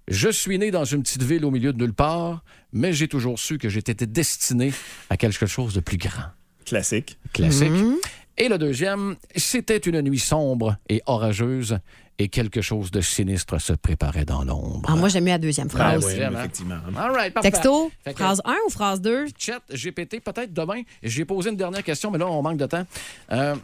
S1: Je suis né dans une petite ville au milieu de nulle part, mais j'ai toujours su que j'étais destiné à quelque chose de plus grand.
S12: Classique.
S1: Classique.
S2: Mhm.
S1: Et le deuxième, c'était une nuit sombre et orageuse, et quelque chose de sinistre se préparait dans l'ombre.
S2: Ah, moi, j'aime mieux la deuxième
S12: Ah
S2: phrase.
S12: oui,
S1: vraiment.
S12: effectivement.
S1: All right, parfait.
S2: Texto,
S1: Fait que-
S2: phrase 1 ou phrase 2?
S1: Chat, GPT, peut-être demain. J'ai posé une dernière question, mais là, on manque de temps. Euh,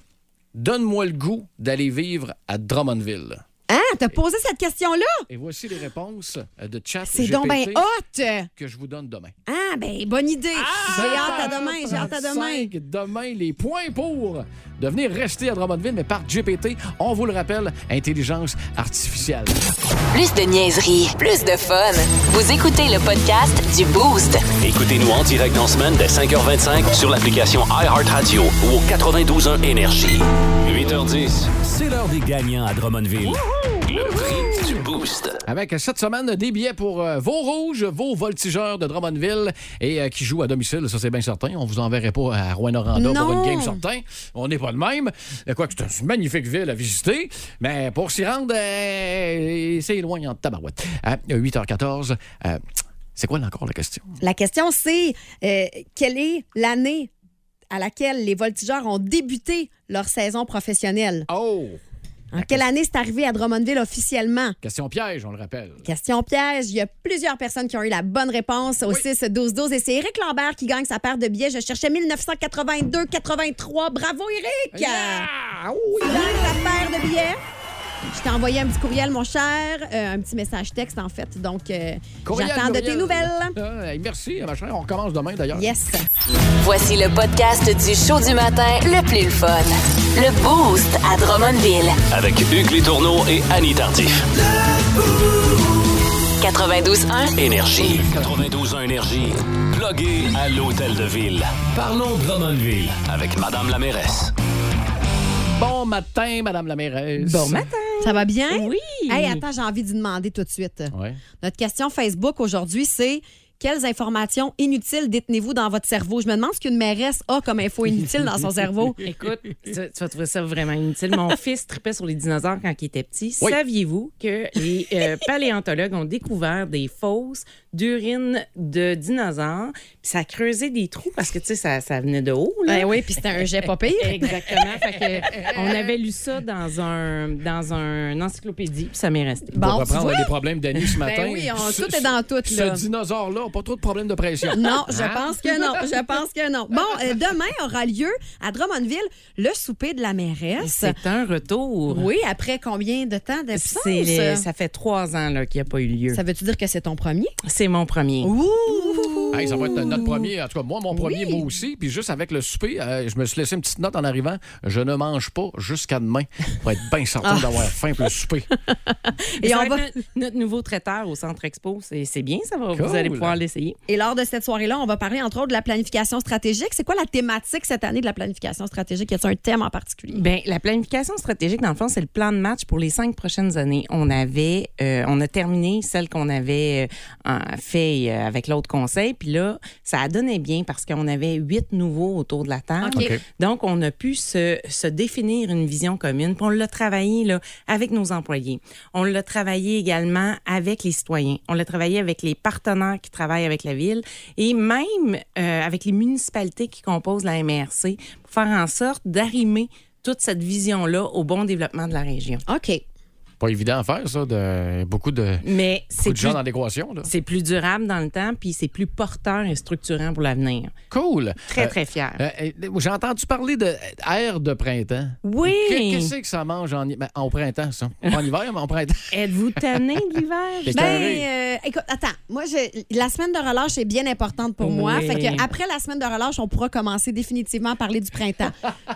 S1: Donne-moi le goût d'aller vivre à Drummondville.
S2: Hein? T'as posé cette question-là?
S1: Et voici les réponses euh, de Chat
S2: C'est
S1: GPT
S2: donc bien hot!
S1: que je vous donne demain.
S2: Ah, ben, bonne idée.
S1: Ah!
S2: j'ai hâte à demain, j'ai hâte à demain.
S1: 35, demain, les points pour devenir rester à Drummondville, mais par GPT, on vous le rappelle, intelligence artificielle.
S3: Plus de niaiserie, plus de fun. Vous écoutez le podcast du Boost.
S4: Écoutez-nous en direct dans la semaine dès 5h25 sur l'application iHeartRadio ou au 92.1 Énergie. 8h10, c'est l'heure des gagnants à Drummondville. Le prix du Boost.
S1: Avec cette semaine des billets pour euh, vos rouges, vos voltigeurs de Drummondville et euh, qui jouent à domicile, ça c'est bien certain. On vous enverrait pas à Rouen-Oranda pour
S2: Non.
S1: une game certain. On n'est pas de même. Euh, Quoique c'est une magnifique ville à visiter, mais pour s'y rendre, euh, c'est éloignant de tabarouette. À 8h14, euh, c'est quoi là encore la question?
S2: La question, c'est euh, quelle est l'année à laquelle les voltigeurs ont débuté leur saison professionnelle?
S1: Oh!
S2: En quelle année c'est arrivé à Drummondville officiellement?
S1: Question piège, on le rappelle.
S2: Question piège. Il y a plusieurs personnes qui ont eu la bonne réponse au 6-12-12. Et c'est Éric Lambert qui gagne sa paire de billets. Je cherchais 1982-83. Bravo, Éric!
S1: Ah
S2: Tu gagnes ta paire de billets. Je t'ai envoyé un petit courriel, mon cher. Euh, un petit message texte, en fait. Donc, euh,
S1: Courriel,
S2: j'attends de
S1: courriel.
S2: tes nouvelles.
S1: Euh, hey, merci, ma chère. On commence demain, d'ailleurs.
S2: Yes.
S3: Voici le podcast du show du matin le plus fun. Le Boost à Drummondville.
S4: Avec Hugues Létourneau et Annie Tardif.
S3: 92.1.
S4: Énergie. 92.1 Énergie. Plugué à l'hôtel de ville. Parlons Drummondville avec Madame la mairesse.
S1: Bon matin, Madame la mairesse.
S2: Bon matin. Ça va bien?
S14: Oui.
S2: Hey, attends, j'ai envie d'y demander tout de suite.
S1: Ouais.
S2: Notre question Facebook aujourd'hui, c'est Quelles informations inutiles détenez-vous dans votre cerveau? Je me demande ce qu'une mairesse a comme info inutile dans son cerveau.
S15: Écoute, tu, tu vas trouver ça vraiment inutile. Mon fils tripait sur les dinosaures quand il était petit.
S2: Oui.
S15: Saviez-vous que les euh, paléontologues ont découvert des fosses d'urine de dinosaures? Puis ça creusait des trous parce que, tu sais, ça, ça venait de haut. Là.
S2: Ben oui, puis c'était un jet pas pire.
S15: Exactement. Fait que, on avait lu ça dans un dans un encyclopédie, puis ça m'est resté.
S2: Bon,
S1: Pour
S2: tu
S1: reprendre
S2: vois?
S1: des problèmes d'Annie ce matin.
S2: Ben oui, on-
S1: ce-
S2: tout est dans tout,
S1: Ce
S2: là.
S1: dinosaure-là n'a pas trop de problèmes de pression.
S2: Non, je
S1: Hein?
S2: pense que non. Je pense que non. Bon, euh, demain aura lieu à Drummondville le souper de la mairesse.
S15: C'est un retour.
S2: Oui, après combien de temps d'absence?
S15: C'est les- ça fait trois ans là, qu'il n'y a pas eu lieu.
S2: Oh, Ça veut-tu dire que c'est ton premier?
S15: C'est mon premier.
S2: Ouh!
S1: Hey, ça va être notre premier, en tout cas moi, mon premier, moi aussi. Puis juste avec le souper, euh, je me suis laissé une petite note en arrivant. Je ne mange pas jusqu'à demain pour être bien
S15: Ah.
S1: certain d'avoir faim pour le souper.
S15: Et
S2: on
S15: on va... être no- notre nouveau traiteur au Centre Expo, c'est c'est bien, ça va. Vous
S1: Cool.
S15: allez pouvoir l'essayer.
S2: Et lors de cette soirée-là, on va parler entre autres de la planification stratégique. C'est quoi la thématique cette année de la planification stratégique? Y a-t-il un thème en particulier?
S15: Ben, la planification stratégique, dans le fond, c'est le plan de match pour les cinq prochaines années. On avait, euh, on a terminé celle qu'on avait euh, en- fait euh, avec l'autre conseil, puis là, ça a donné bien parce qu'on avait huit nouveaux autour de la table.
S2: OK. OK.
S15: Donc, on a pu se, se définir une vision commune, puis on l'a travaillé là, avec nos employés. On l'a travaillé également avec les citoyens. On l'a travaillé avec les partenaires qui travaillent avec la ville et même euh, avec les municipalités qui composent la MRC pour faire en sorte d'arrimer toute cette vision-là au bon développement de la région.
S2: OK.
S1: Pas évident à faire, ça, de beaucoup de,
S15: Mais
S1: beaucoup
S15: c'est
S1: de gens
S15: plus,
S1: dans l'équation. là.
S15: c'est plus durable dans le temps, puis c'est plus porteur et structurant pour l'avenir.
S1: Cool.
S15: Très,
S1: Euh,
S15: très fier.
S1: euh, euh, J'ai entendu parler de air de printemps.
S15: oui!
S1: Qu'est- Qu'est-ce que ça mange en, hi- ben, en printemps, ça? Pas en hiver, mais en printemps.
S15: Êtes-vous tanné de l'hiver?
S1: C'est
S2: Ben,
S1: carré.
S2: euh, écoute, attends, moi, je- la semaine de relâche est bien importante pour moi.
S15: Oui.
S2: Fait que après la semaine de relâche, on pourra commencer définitivement à parler du printemps.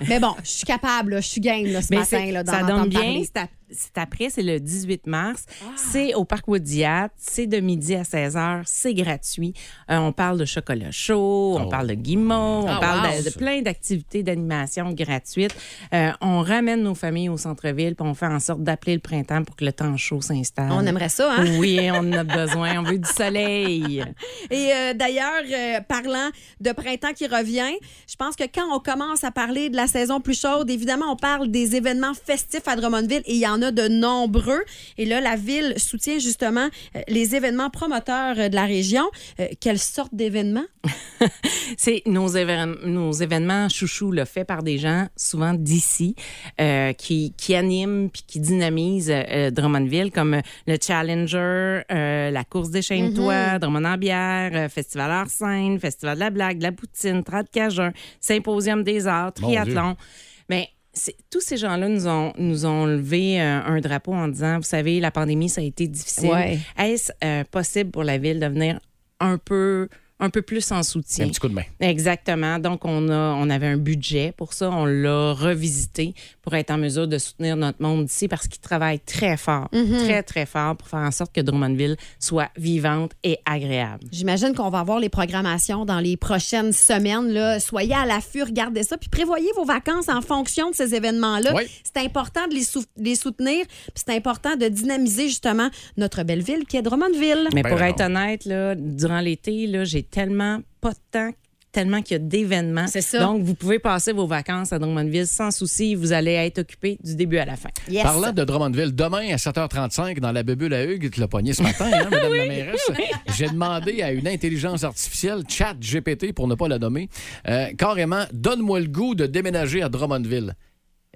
S2: Mais bon, je suis capable, là, je suis game là, ce
S15: Mais
S2: matin
S15: c'est-
S2: là, d'en
S15: ça
S2: entendre
S15: donne bien.
S2: parler. Ah.
S15: C'est, ap- c'est après, c'est le 18 mars. C'est au Parc Waudiat. C'est de midi à 16 h. C'est gratuit. Euh, on parle de chocolat chaud, on
S1: Oh.
S15: parle de guimauve,
S2: Ah,
S15: on parle
S2: wow.
S15: de, de plein d'activités d'animation gratuites. Euh, on ramène nos familles au centre-ville puis on fait en sorte d'appeler le printemps pour que le temps chaud s'installe.
S2: On aimerait ça, hein?
S15: Oui, on en a besoin. On veut du soleil.
S2: Et euh, d'ailleurs, euh, parlant de printemps qui revient, je pense que quand on commence à parler de la saison plus chaude, évidemment, on parle des événements festifs à Drummondville et il y en a de nombreux. Et là, la ville soutient justement euh, les événements promoteurs euh, de la région. Euh, quelle sorte d'événements?
S15: C'est nos, évén- nos événements chouchous, là, faits par des gens souvent d'ici, euh, qui, qui animent puis qui dynamisent euh, Drummondville, comme euh, le Challenger, euh, la course des chaînes toi Drummond en bière, euh, Festival Art Scène, Festival de la blague, de la poutine, Trad Cajun, Symposium des arts,
S1: Mon Dieu.
S15: Triathlon. Mais c'est- tous ces gens-là nous ont, nous ont levé euh, un drapeau en disant, vous savez, la pandémie, ça a été difficile.
S2: Ouais.
S15: Est-ce euh, possible pour la ville de venir un peu, un peu plus en soutien?
S1: Un petit coup de main.
S15: Exactement. Donc, on, a, on avait un budget pour ça. On l'a revisité pour être en mesure de soutenir notre monde d'ici parce qu'ils travaillent très fort,
S2: Mhm.
S15: très, très fort pour faire en sorte que Drummondville soit vivante et agréable.
S2: J'imagine qu'on va avoir les programmations dans les prochaines semaines. Là. Soyez à l'affût, regardez ça, puis prévoyez vos vacances en fonction de ces événements-là.
S1: Oui.
S2: C'est important de les, sou- les soutenir, puis c'est important de dynamiser justement notre belle ville qui est Drummondville.
S15: Mais
S1: Ben
S15: pour
S1: non.
S15: être honnête, là, durant l'été, là, j'ai tellement pas de temps tellement qu'il y a d'événements.
S2: C'est ça.
S15: Donc, vous pouvez passer vos vacances à Drummondville sans souci. Vous allez être occupé du début à la fin.
S2: Yes.
S1: Parlant de Drummondville, demain à 7h35, dans la bubule à Hugues, tu l'as pogné ce matin, hein, madame la mairesse, j'ai demandé à une intelligence artificielle, chat GPT pour ne pas la nommer, euh, carrément, donne-moi le goût de déménager à Drummondville.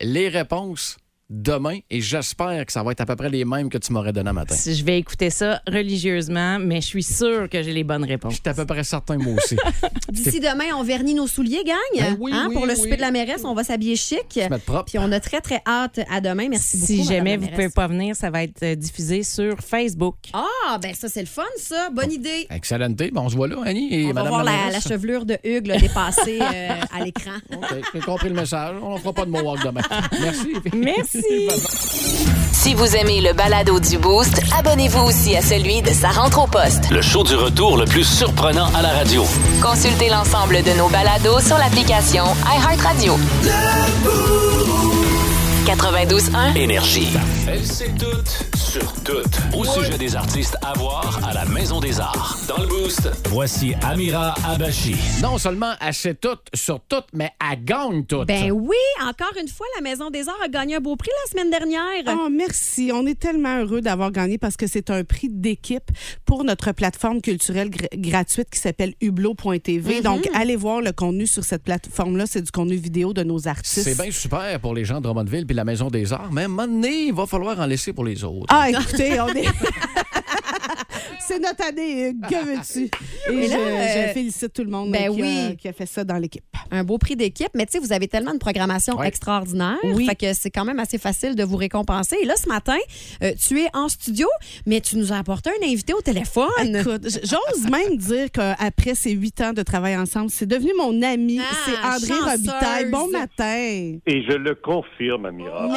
S1: Les réponses demain, et j'espère que ça va être à peu près les mêmes que tu m'aurais donné matin.
S15: Si Je vais écouter ça religieusement, mais je suis sûre que j'ai les bonnes
S1: Je
S15: réponses.
S1: suis à peu près certain, moi aussi.
S2: D'ici demain, on vernit nos souliers, gang.
S1: Ben oui,
S2: Hein,
S1: oui,
S2: pour le
S1: oui.
S2: souper de la mairesse, on va s'habiller chic.
S1: Se mettre propre.
S2: Puis on a très, très hâte à demain. Merci beaucoup.
S15: si
S2: Madame
S15: jamais
S2: la
S15: vous
S2: mairesse.
S15: pouvez pas venir, ça va être euh, diffusé sur Facebook.
S2: Ah, ben ça, c'est le fun, ça. Bonne idée.
S1: Excellente. Ben, on se voit là, Annie et
S2: On va
S1: madame
S2: voir
S1: la
S2: la, la
S1: mairesse.
S2: chevelure de Hugues là, dépasser euh, à l'écran.
S1: OK, j'ai compris le message. On ne fera pas de mohawk demain. Merci.
S15: Merci.
S3: Si vous aimez le balado du Boost, abonnez-vous aussi à celui de sa rentre au poste.
S4: Le show du retour le plus surprenant à la radio.
S3: Consultez l'ensemble de nos balados sur l'application iHeartRadio. 92.1
S4: Énergie. Elle sait tout sur tout. Au sujet des artistes à voir à la Maison des Arts. Dans le Boost, voici Amira Abachi.
S1: Non seulement elle sait tout sur tout, mais elle gagne tout.
S2: Ben oui, encore une fois, la Maison des Arts a gagné un beau prix la semaine dernière.
S16: Oh, merci. On est tellement heureux d'avoir gagné parce que c'est un prix d'équipe pour notre plateforme culturelle gr- gratuite qui s'appelle hublot.tv.
S2: Mhm.
S16: Donc, allez voir le contenu sur cette plateforme-là. C'est du contenu vidéo de nos artistes.
S1: C'est bien super pour les gens de Drummondville puis la Maison des Arts, mais à un moment donné, il va falloir en laisser pour les autres.
S16: Ah, écoutez, on est. C'est notre année, Hugues. que veux-tu? Et
S2: Mais là,
S16: je, je
S2: euh,
S16: félicite tout le monde
S2: ben
S16: qui, a,
S2: oui.
S16: qui a fait ça dans l'équipe.
S2: Un beau prix d'équipe, mais tu sais, vous avez tellement de programmation
S16: Ouais.
S2: extraordinaire,
S16: Oui.
S2: fait que c'est quand même assez facile de vous récompenser. Et là, ce matin, euh, tu es en studio, mais tu nous as apporté un invité au téléphone.
S16: Écoute, j- j'ose même dire qu'après ces huit ans de travail ensemble, c'est devenu mon ami. c'est André
S2: Ah, chanceuse.
S16: Robitaille. Bon matin.
S17: Et je le confirme, Amira.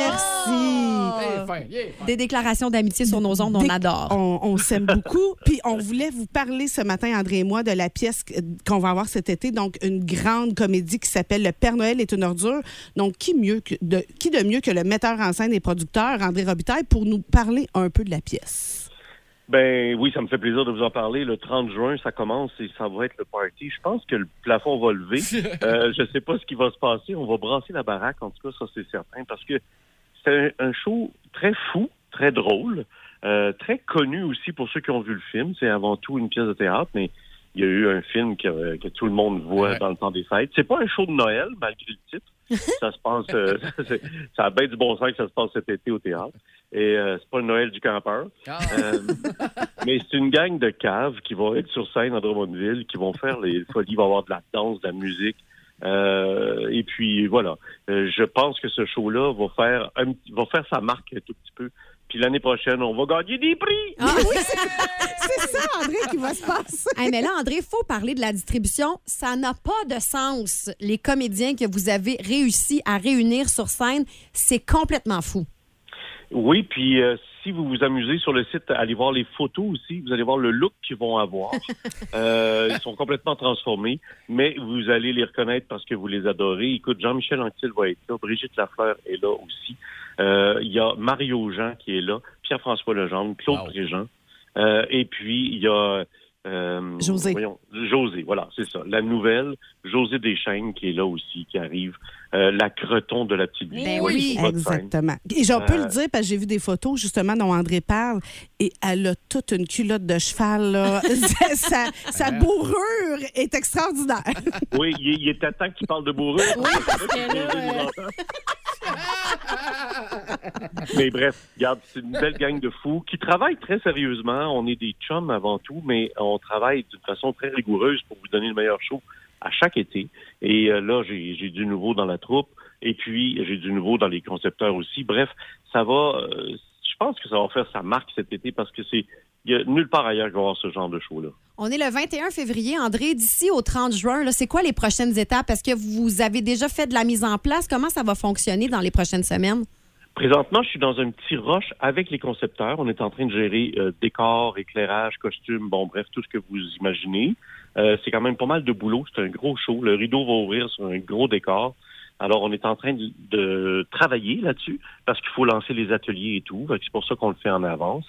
S16: Merci.
S2: Des déclarations d'amitié sur nos ondes, on adore.
S16: On, on s'aime beaucoup. Puis on voulait vous parler ce matin, André et moi, de la pièce que- qu'on va avoir cet été, donc une grande comédie qui s'appelle Le Père Noël est une ordure. Donc qui mieux que de, qui de mieux que le metteur en scène et producteur André Robitaille pour nous parler un peu de la pièce.
S17: Ben oui, ça me fait plaisir de vous en parler. Le 30 juin, ça commence et ça va être le party. Je pense que le plafond va lever. Euh, je sais pas ce qui va se passer. On va brasser la baraque, en tout cas, ça c'est certain, parce que c'est un, un show très fou, très drôle, euh, très connu aussi pour ceux qui ont vu le film. C'est avant tout une pièce de théâtre, mais il y a eu un film que, que tout le monde voit dans le temps des fêtes. C'est pas un show de Noël, malgré le titre. ça se passe, euh, c'est- ça a bien du bon sens que ça se passe cet été au théâtre. Et euh, c'est pas le Noël du campeur. Euh, mais c'est une gang de caves qui vont être sur scène à Drummondville, qui vont faire les folies, il va y avoir de la danse, de la musique. Euh, et puis voilà, Euh, je pense que ce show-là va faire un petit- va faire sa marque un tout petit peu. Puis l'année prochaine, on va gagner des prix.
S16: C'est ça, André, qui va se passer.
S2: Ah Hey, mais là, André, faut parler de la distribution. Ça n'a pas de sens. Les comédiens que vous avez réussi à réunir sur scène, c'est complètement fou.
S17: Oui, puis euh, si vous vous amusez sur le site, allez voir les photos aussi. Vous allez voir le look qu'ils vont avoir. Euh, ils sont complètement transformés, mais vous allez les reconnaître parce que vous les adorez. Écoute, Jean-Michel Anctil va être là, Brigitte Lafleur est là aussi. Euh, Il y a Mario Jean qui est là, Pierre-François Legendre, Claude Préjean. Euh, et puis, il y a... euh,
S16: José.
S17: voyons, José, voilà, c'est ça. La nouvelle, José Deschaines qui est là aussi, qui arrive. Euh, la creton de la petite vie.
S16: Exactement. Et je
S17: Euh.
S16: peux le dire parce que j'ai vu des photos justement dont André parle et elle a toute une culotte de cheval. Là. sa, sa- sa bourrure est extraordinaire.
S17: Oui, il, est- il est à temps que tu parles de bourrure.
S16: euh,
S17: Mais bref, regarde, c'est une belle gang de fous qui travaillent très sérieusement. On est des chums avant tout, mais on travaille d'une façon très rigoureuse pour vous donner le meilleur show à chaque été. Et euh, là, j'ai j'ai du nouveau dans la troupe et puis j'ai du nouveau dans les concepteurs aussi. Bref, ça va. euh, je pense que ça va faire sa marque cet été parce que c'est il y a nulle part ailleurs qu'on va avoir ce genre de show là.
S2: On est le 21 février, André. D'ici au 30 juin, là, c'est quoi les prochaines étapes? Est-ce que vous avez déjà fait de la mise en place? Comment ça va fonctionner dans les prochaines semaines?
S17: Présentement, je suis dans un petit rush avec les concepteurs. On est en train de gérer euh, décor, éclairage, costume, bon, bref, tout ce que vous imaginez. Euh, c'est quand même pas mal de boulot. C'est un gros show. Le rideau va ouvrir sur un gros décor. Alors, on est en train de, de travailler là-dessus parce qu'il faut lancer les ateliers et tout. Fait que C'est pour ça qu'on le fait en avance.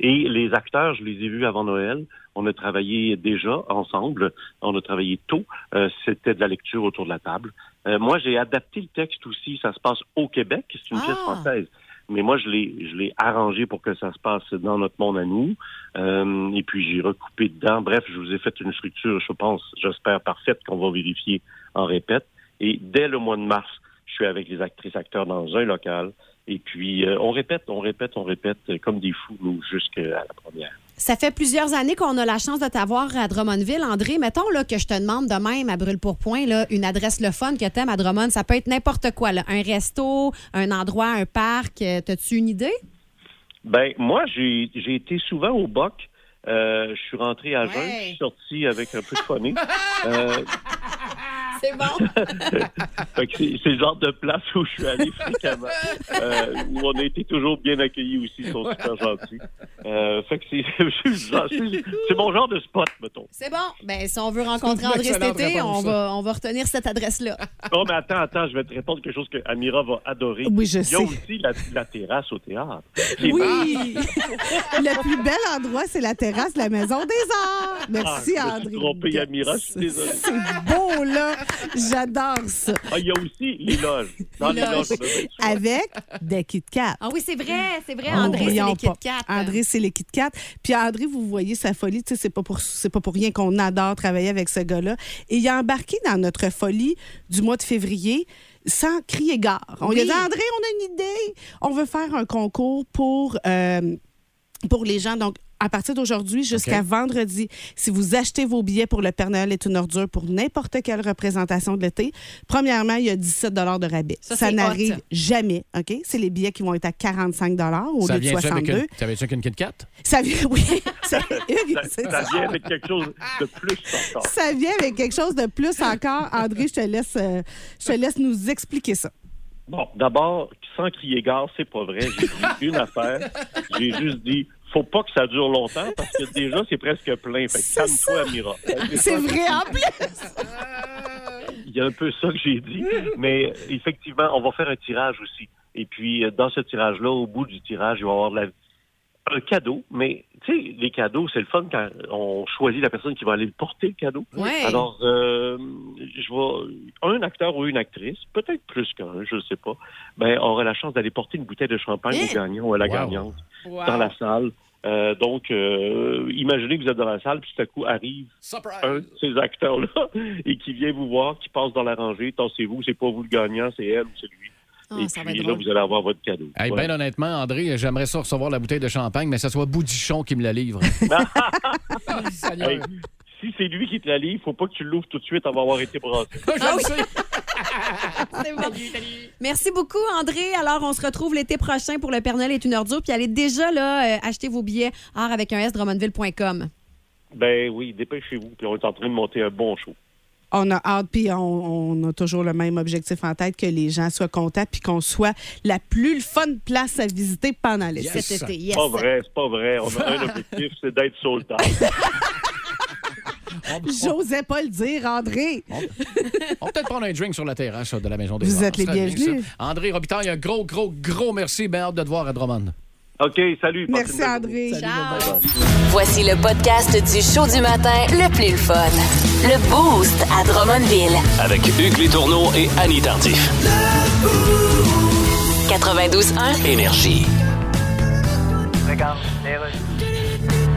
S17: Et les acteurs, je les ai vus avant Noël. On a travaillé déjà ensemble. On a travaillé tôt. Euh, C'était de la lecture autour de la table. Euh, moi, j'ai adapté le texte aussi. Ça se passe au Québec. C'est une pièce française. Mais moi, je l'ai, je l'ai arrangé pour que ça se passe dans notre monde à nous. Euh, et puis, j'ai recoupé dedans. Bref, je vous ai fait une structure, je pense, j'espère, parfaite qu'on va vérifier en répète. Et dès le mois de mars, je suis avec les actrices, acteurs dans un local. Et puis, euh, on répète, on répète, on répète euh, comme des fous, nous, jusqu'à la première.
S2: Ça fait plusieurs années qu'on a la chance de t'avoir à Drummondville. André, mettons là, que je te demande de même à brûle pour point une adresse le fun que t'aimes à Drummond. Ça peut être n'importe quoi. là. Un resto, un endroit, un parc. Euh, T'as-tu une idée?
S17: Ben, moi, j'ai, j'ai été souvent au BOC. Euh, je suis rentré à jeun, je suis sorti avec un peu de famille.
S2: C'est bon.
S17: Fait que c'est c'est le genre de place où je suis allé fréquemment, euh, où on a été toujours bien accueillis aussi, ils sont super gentils. Euh, fait que c'est je suis le genre- c'est c'est mon genre de spot, mettons.
S2: C'est bon. Ben, si on veut rencontrer
S17: une
S2: André cet
S17: excellente
S2: été,
S17: réponse,
S2: on
S17: ça.
S2: va, on va retenir cette adresse-là.
S17: Non, mais attends, attends, je vais te répondre quelque chose que Amira va adorer.
S2: Oui,
S17: Il y
S2: je
S17: a
S2: sais.
S17: aussi la, la terrasse au théâtre. qui est
S16: Oui! le plus bel endroit, c'est la terrasse de la Maison des Arts. Merci,
S17: ah, Je me
S16: André.
S17: suis trompé, Amira, je suis désolé.
S16: C'est beau, là. J'adore ça.
S17: Ah, il y a aussi les loges. Dans les loges, on a-
S16: Avec des Kit Kat.
S2: Ah oui, c'est vrai, c'est vrai.
S16: Ah,
S2: André, c'est
S16: voyons
S2: les Kit
S16: pas. André, c'est les Kit Kat. Puis André, vous voyez sa folie. tu sais, C'est pas, pour- c'est pas pour rien qu'on adore travailler avec ce gars-là. Et il a embarqué dans notre folie du mois de février sans crier gare. On lui a
S2: Oui.
S16: dit André, on a une idée. On veut faire un concours pour, euh, pour les gens. Donc, à partir d'aujourd'hui jusqu'à
S2: OK.
S16: vendredi, si vous achetez vos billets pour le Père Noël est une ordure pour n'importe quelle représentation de l'été, premièrement, il y a 17 de rabais.
S2: Ça,
S16: Ça,
S2: c'est
S16: n'arrive
S2: hot.
S16: jamais, OK? C'est les billets qui vont être à 45 au
S1: Ça
S16: lieu de
S1: vient-tu avec
S16: 62.
S1: une, ça vient-tu avec une Kit Kat?
S16: Ça vient, oui, ça, c'est
S17: Ça
S16: ça.
S17: vient avec quelque chose de plus encore.
S16: Ça vient avec quelque chose de plus encore. André, je te laisse, euh, je te laisse nous expliquer ça.
S17: Bon, d'abord, sans crier gare, c'est pas vrai. J'ai dit une affaire. J'ai juste dit, faut pas que ça dure longtemps parce que déjà, c'est presque plein. Fait que calme-toi, Amira.
S16: C'est vrai en plus.
S17: Il y a un peu ça que j'ai dit. Mais euh, effectivement, on va faire un tirage aussi. Et puis, euh, dans ce tirage-là, au bout du tirage, il va y avoir de la... un cadeau. Mais, tu sais, les cadeaux, c'est le fun quand on choisit la personne qui va aller porter le cadeau.
S10: Ouais.
S17: Alors, euh, je vois un acteur ou une actrice, peut-être plus qu'un, je ne sais pas, ben, aura la chance d'aller porter une bouteille de champagne au gagnant ou à la gagnante dans la salle. Euh, donc, euh, imaginez que vous êtes dans la salle, puis tout à coup arrive un de ces acteurs-là et qui vient vous voir, qui passe dans la rangée. Tassez-vous, c'est pas vous le gagnant, c'est elle ou c'est lui. et
S1: Ah, ça va
S17: puis
S1: être
S17: là,
S1: drôle.
S17: vous allez avoir votre cadeau.
S1: Hey,
S17: Voilà.
S1: Ben honnêtement, André, j'aimerais ça recevoir la bouteille de champagne, mais que ce soit Boudichon qui me la livre. Seigneur.
S17: Hey, si c'est lui qui te la livre, faut pas que tu l'ouvres tout de suite avant avoir été brassé.
S2: Ah oui. C'est bon. Merci beaucoup, André. Alors, on se retrouve l'été prochain pour le Père Noël est une ordure. Puis allez déjà là, euh, acheter vos billets art avec un S drummondville.com.
S17: Ben oui, dépêchez-vous, puis on est en train de monter un bon show.
S16: On a hâte, puis on, on a toujours le même objectif en tête, que les gens soient contents, puis qu'on soit la plus fun place à visiter pendant l'été.
S17: C'est pas vrai, c'est pas vrai. On a un objectif, c'est d'être sur le temps.
S16: J'osais pas le dire, André.
S1: On va peut-être prendre un drink sur la terrasse ça, de la maison des
S16: Vous
S1: Arts.
S16: êtes les
S1: Ça, bien
S16: bienvenus.
S1: ça. André Robitaille, un gros, gros, gros merci. Bien hâte de te voir à Drummond.
S17: OK, salut.
S16: Merci, André.
S3: Voici le podcast du show du matin le plus le fun. Le Boost à Drummondville.
S4: Avec Hugues Létourneau et Annie Tardif.
S3: 92.1.
S4: Énergie.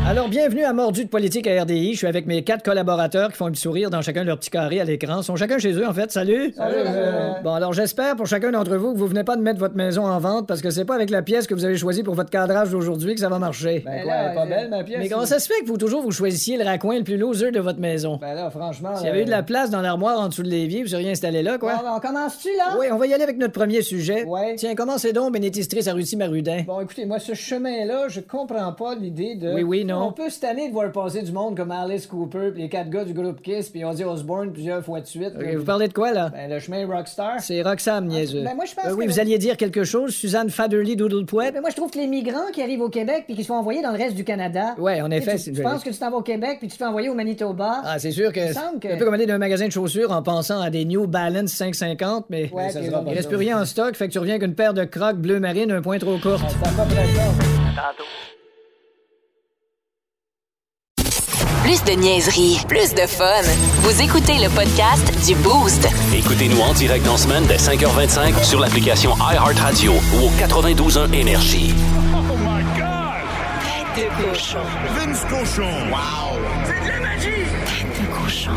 S7: Alors, bienvenue à Mordu de politique à RDI. Je suis avec mes quatre collaborateurs qui font le sourire dans chacun leur petit carré à l'écran. Ils sont chacun chez eux, en fait. Salut! Euh, Bon, alors j'espère pour chacun d'entre vous que vous venez pas de mettre votre maison en vente parce que c'est pas avec la pièce que vous avez choisie pour votre cadrage d'aujourd'hui que ça va marcher.
S9: Ben quoi, elle est pas belle, ma pièce,
S7: Mais comment
S9: là?
S7: ça se fait que vous toujours vous choisissiez le raccoin le plus loser de votre maison?
S9: Ben là, franchement.
S7: S'il y avait eu de la place dans l'armoire en dessous de l'évier, vous seriez installé là, quoi?
S9: Bon, ben, on commence-tu, là?
S7: Oui, on va y aller avec notre premier sujet. Tiens, commencez donc, bénétistrice à Marudin.
S9: Bon, écoutez, moi, ce chemin-là, je comprends pas l'idée de.
S7: Oui, oui, non.
S9: On peut cette année de voir passer du monde comme Alice Cooper, puis les quatre gars du groupe Kiss, puis Ozzy Osbourne plusieurs fois de suite.
S7: Ok,
S9: là.
S7: vous parlez de quoi, là?
S9: Ben, le chemin Rockstar.
S7: C'est Roxane, niaiseux.
S9: ben, moi, je pense
S7: Euh, oui,
S9: que- Ben,
S7: vous alliez dire quelque chose, Suzanne Faderly Doodlepouet.
S8: Mais moi, je trouve que les migrants qui arrivent au Québec puis qui sont envoyés dans le reste du Canada.
S7: Ouais, en
S8: Tu sais,
S7: effet, c'est
S8: Tu,
S7: une
S8: tu
S7: jolie-
S8: penses que tu t'en vas au Québec puis tu te fais envoyer au Manitoba.
S7: Ah, c'est sûr que.
S8: Hein? Il me semble que-
S7: Un peu comme aller dans un magasin de chaussures en pensant à des New Balance 550, mais
S8: Ouais,
S7: mais ça
S8: puis
S7: sera
S8: ils ont
S7: pas il reste
S8: pas
S7: plus
S8: ça.
S7: rien en stock, fait que tu reviens avec une paire de crocs bleu marine un point trop court.
S3: Plus de niaiserie, plus de fun. Vous écoutez le podcast du Boost.
S4: Écoutez-nous en direct en semaine dès 5h25 sur l'application iHeartRadio ou au 92.1 Énergie.
S10: Tête de cochon. Vince cochon. Wow! C'est de la magie! Tête de cochon.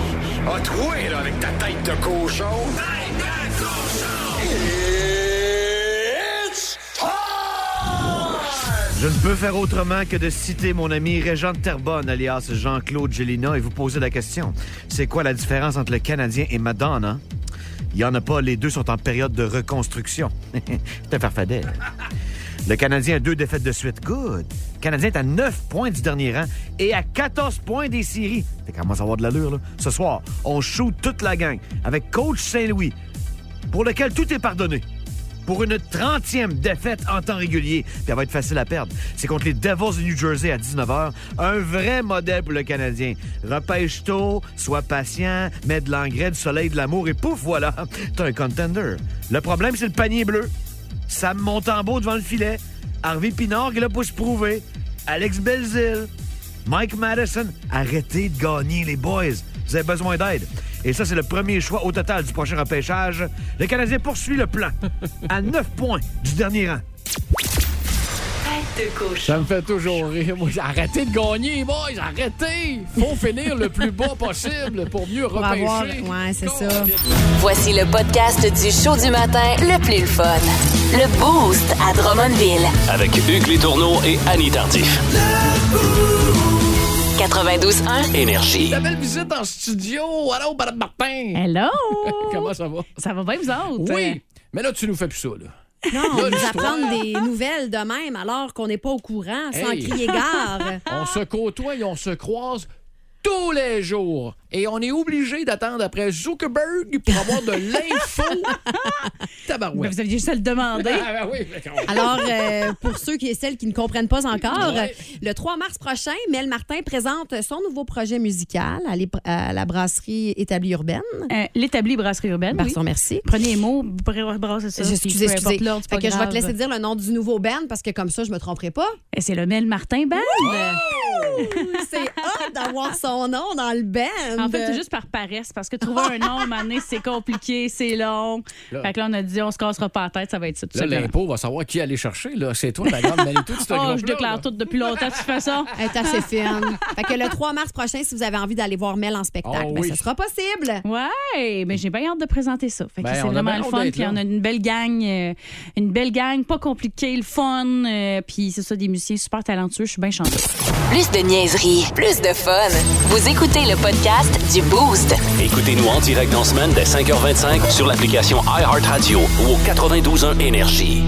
S10: Ah, troué, là, avec ta tête de cochon. Tête de cochon! It's
S18: Je ne peux faire autrement que de citer mon ami Régent de Terbonne, alias Jean-Claude Gélina, et vous poser la question. C'est quoi la différence entre le Canadien et Madonna? Il n'y en a pas, les deux sont en période de reconstruction. T'es farfadet. Le Canadien a deux défaites de suite. Good. Le Canadien est à 9 points du dernier rang et à 14 points des séries. Ça commence à avoir de l'allure, là. Ce soir, on shoot toute la gang avec Coach Saint-Louis, pour lequel tout est pardonné. Pour une 30e défaite en temps régulier, puis elle va être facile à perdre. C'est contre les Devils de New Jersey à 19h. Un vrai modèle pour le Canadien. Repêche tôt, sois patient, mets de l'engrais, du soleil, de l'amour, et pouf, voilà, t'as un contender. Le problème, c'est le panier bleu. Sam Montembeau devant le filet. Harvey Pinard qui est là pour se prouver. Alex Belzil. Mike Madison. Arrêtez de gagner, les boys. Vous avez besoin d'aide. Et ça, c'est le premier choix au total du prochain repêchage. Le Canadien poursuit le plan à 9 points du dernier rang.
S3: Tête de cochon.
S1: Ça me fait toujours rire. Moi, arrêtez de gagner, boys! Arrêtez! Faut finir le plus bas possible pour mieux
S2: Pour avoir-
S1: repêcher.
S2: Ouais, c'est ça.
S3: Voici le podcast du show du matin le plus le fun. Le Boost à Drummondville.
S4: Avec Hugues Létourneau et Annie Tardif.
S3: 92.1.
S4: Énergie.
S1: La belle visite en studio. Allô, Madame Martin.
S19: Hello.
S1: Comment ça va?
S19: Ça va bien, vous autres?
S1: Oui. Mais là, tu nous fais plus ça, là.
S2: Non,
S1: Là,
S2: on nous
S1: l'histoire-
S2: apprendre des nouvelles de même alors qu'on n'est pas au courant, sans
S1: Hey.
S2: crier gare.
S1: On se côtoie et on se croise tous les jours. Et on est obligé d'attendre après Zuckerberg pour avoir de l'info. Tabarouette.
S19: Ben, vous aviez juste à le demander.
S1: Ah, ben oui.
S2: Alors, euh, pour ceux qui et celles qui ne comprennent pas encore,
S19: Ouais.
S2: euh, le 3 mars prochain, Mel Martin présente son nouveau projet musical à l'ép- à la brasserie Établie Urbaine.
S19: Euh, L'établi brasserie urbaine.
S2: Pardon,
S19: oui.
S2: merci.
S19: Prenez les mots, br- brassez ça.
S2: Excusez,
S19: puis peu importe
S2: excusez.
S19: l'ordre, c'est
S2: Fait
S19: pas
S2: que je vais te
S19: grave.
S2: laisser dire le nom du nouveau band parce que comme ça, je me tromperai pas.
S19: Et c'est le Mel Martin Band.
S2: C'est hot d'avoir son nom dans le band.
S19: En fait, c'est juste par paresse, parce que trouver un nom, à un moment donné, c'est compliqué, c'est long.
S1: Là.
S19: Fait que là, on a dit, on se cassera pas la tête, ça va être ça. tout
S1: Là,
S19: simplement.
S1: l'impôt va savoir qui aller chercher. là. C'est toi, la grande Manitou, de
S19: Oh,
S1: ce
S19: je
S1: groupe-là, là.
S19: déclare tout depuis longtemps, tu fais ça.
S2: Elle est assez fine. Fait que le 3 mars prochain, si vous avez envie d'aller voir Mel en spectacle,
S19: Oh
S2: ben,
S19: oui.
S2: ce sera possible.
S19: Ouais, mais j'ai bien hâte de présenter ça. Fait que
S2: Ben,
S19: c'est
S2: on a
S19: vraiment
S2: bien
S19: le
S2: hâte
S19: fun.
S2: d'être
S19: Puis
S2: là.
S19: on a une belle gang, euh, une belle gang, pas compliquée, le fun. euh, puis c'est ça, des musiciens super talentueux. Je suis bien chanceuse.
S3: Plus de niaiserie, plus de fun. Vous écoutez le podcast du Boost.
S4: Écoutez-nous en direct dans la semaine dès 5h25 sur l'application iHeartRadio ou au 92.1 Énergie.